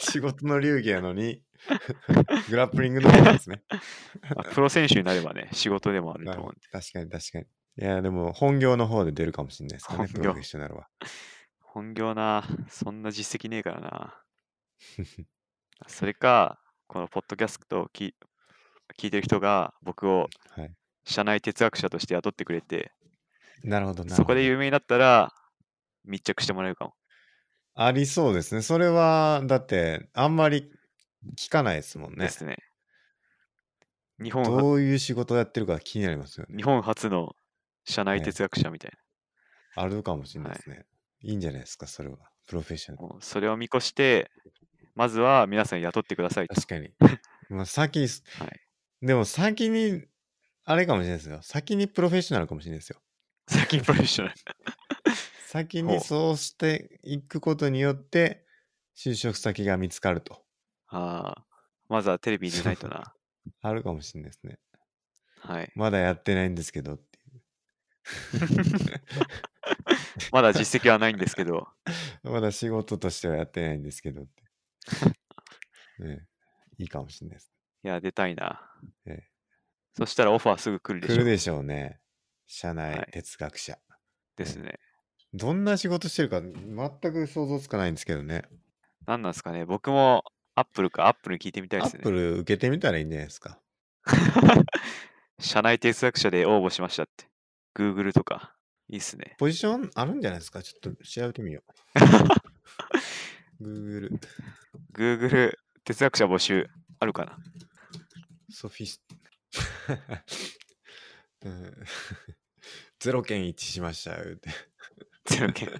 仕事の流儀やのにグラップリングの方ですね。
あプロ選手になれ ばね、仕事でもあると
なる
思
ほ
う
ど
んで。
確かに確かに。いや、でも本業の方で出るかもしれないですからね、
本業
プロフェッショナルは。
本業な、そんな実績ねえから な。それか、このポッドキャストをき聞いてる人が僕を
はい、
社内哲学者として雇ってくれて、
なるほどなるほど。
そこで有名になったら密着してもらえるかも。
ありそうですね。それは、だって、あんまり聞かないですもん
で
ね。
すね。日本は
どういう仕事をやってるか気になりますよね
日。本初の社内
ね
哲学者みたい
あるかもしれないですね。いいんじゃないですか、それは。プロフェッショナ
な。
ル。
もうそれを見越して、まずは皆さん雇ってくださいと。
確かに。 まあ先、
はい
でも先に、あれかもしれないですよ。先にプロフェッショナルかもしれないですよ。
先にプロフェッショナル。
先
ほ
に
う
そうしていくことによって、就職先が見つかると。
ああ、まずはテレビに出ないと な。
あるかもしれないですね。
はい。
まだやってないんですけどって
まだ実績はないんですけど、
いう。まだ仕事としてはやってないんですけどって。 ねえ、いいかもしれないです。
いや、出たいな。
ええ
そしたらオファーすぐ来るで
来
し
る。
ょ
でしょうね。社
は
内
い
哲学者。
ですね。
どんな仕事してるか全く想像つかないんですけどね。
何なんですかね。僕もアップルか、アップルに聞いてみたい
ア
です
ッ
ね
プ。ル受けてみたらいいんじゃないですか。
社内哲学者で応募しましたって。Google とか。いいっすね。
ポジションあるんじゃないですかちょっと調べてみよ う。Google、
Google 哲学者募集あるかな
ソフィス、 うん、0件一致しました。言うて
ゼロ件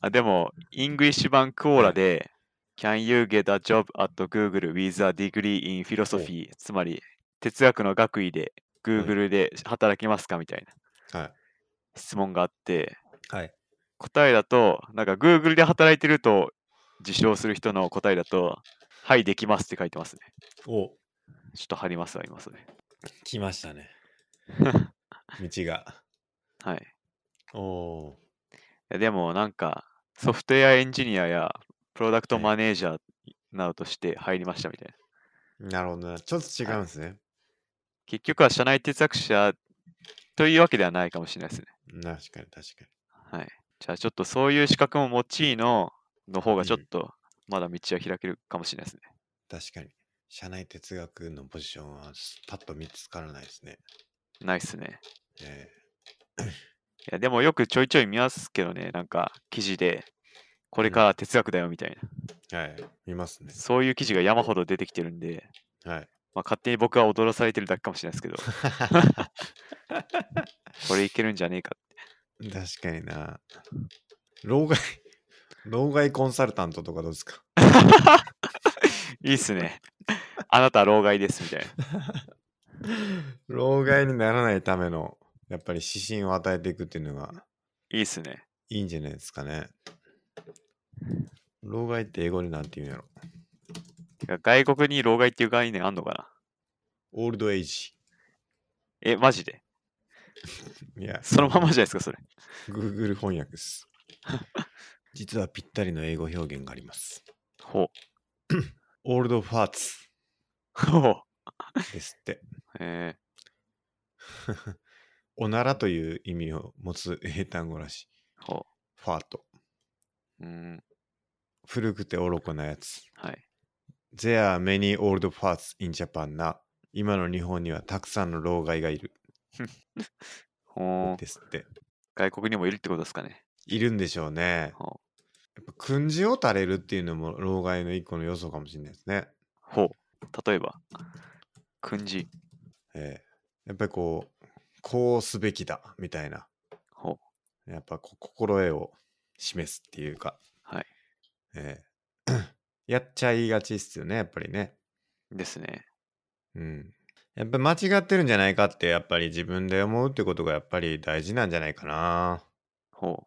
あでも、イングリッシュ版クオーラで、Can you get a job at Google with a degree in philosophy? つまり、哲学の学位で Google で働けますかみたいな
は
質問があって、
い。はい。
答えだと、なんか Google で働いてると自称する人の答えだと、はい、できますって書いてますね。
お、
ちょっと貼りますわ、今それ。
来ましたね。道が。
はい。い
おお
やでも、なんか、ソフトウェアエンジニアやプロダクト
はい
マネージャーなどとして入りましたみたいな。
ー。なるほどな。ちょっと違うんですね。
結局は社内哲学者というわけではないかもしれないですね。
確かに確かに。
はい。じゃあちょっとそういう資格も持ちのの方がちょっ
うん
とまだ道は開けるかもしれないですね。
確かに。社内哲学のポジションはパッと見つからないですね。
ないっすね。
え
いやでもよくちょいちょい見ますけどね、なんか記事でこれ
うん
から哲学だよみたいな、
えはい。見ますね。
そういう記事が山ほど出てきてるんで、
はい。
まあ、勝手に僕は驚されてるだけかもしれないですけど、 これいけるんじゃねえかっ
確かにな。老害、 老害コンサルタントとかどうですか
て。いいっすね。あなたは老害ですみたいな。
老害にならないための、やっぱり指針を与えていくっていうのが
いいっすね。
いいんじゃないですかね。老害って英語でなんて言うんやろ
てか外国に老害っていう概念あんのかな
オールドエイジ。
え、マジで
いや、
そのままじゃないですか、それ。
Google 翻訳です。 実はぴったりの英語表現があります。
ほ
オールドファーツ
う。ほう。
ですって。
え
おならという意味を持つ英単語らしい。
ー、ほ
ファート。
う。うーん。
古くて愚かなやつ。
はい。
There are many old parts in Japan な。今の日本にはたくさんの老害がいる
ほう。
ですって。
外国にもいるってことですかね。
いるんでしょうね。
ほ
やっぱ訓示を垂れるっていうのも老害の一個の要素かもしれないですね。
う。ほう。例えば、訓示。
ええやっぱりこう、こうすべきだみたいな。
ほう。
やっぱこ心得を示すっていうか。
はい
ええ やっちゃいがちっすよね、やっぱりね。
ですね。
うん。やっぱ間違ってるんじゃないかって、やっぱり自分で思うってことがやっぱり大事なんじゃないかなっ
ほう。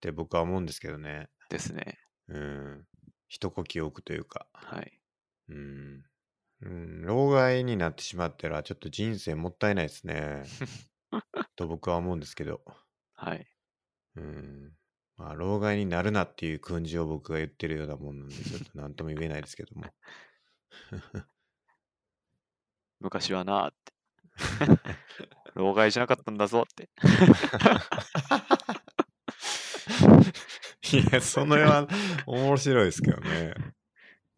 て僕は思うんですけどね。
ですね。
うん。一呼吸置くというか。
はい。
うん。うん、老害になってしまったら、ちょっと人生もったいないですね。と僕は思うんですけど。
はい。
うん。まあ、老害になるなっていう訓示を僕が言ってるようなもんなんで、ちょっと何とも言えないですけども。
昔はなー って。老害じゃなかったんだぞって。
いや、その辺は面白いですけどね。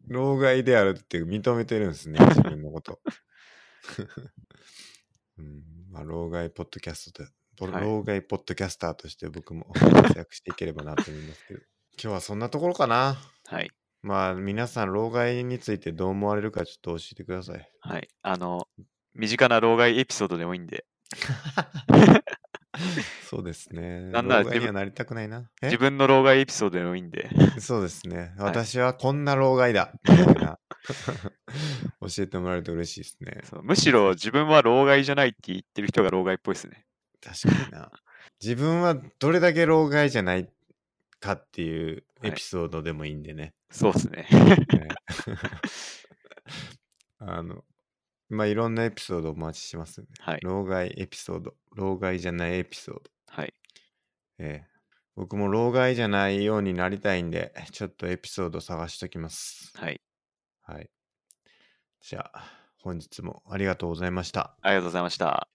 老害であるって認めてるん ですね、自分のこと。 うん、まあ、老害ポッドキャストで、ぼ
はい
老害ポッドキャスターとして僕も 活躍していければなと思いますけど。今日はそんなところかな。
はい。
まあ、皆さん、老害についてどう思われるかちょっと教えてください。
はい。あの、身近な老害エピソードでもいいんで、
そうですね。
なんなら
老害にはなりたくないな。え
自分の老害エピソードでもいいん で、
そうですね。
い
私はこんな老害だ。みたいな 教えてもらえると嬉しいですね。
そうむしろ自分は老害じゃないって言ってる人が老害っぽいですね。
確かにな。自分はどれだけ老害じゃないかっていうエピソードでもいいんで ね。
そうですね。
ねあの、まあ、いろんなエピソードお待ちしてますんで。
はい。
老害エピソード、老害じゃないエピソード。
はい。
ええ僕も老害じゃないようになりたいんで、ちょっとエピソード探しときます。
はい。
はい。じゃあ、本日もありがとうございました。
ありがとうございました。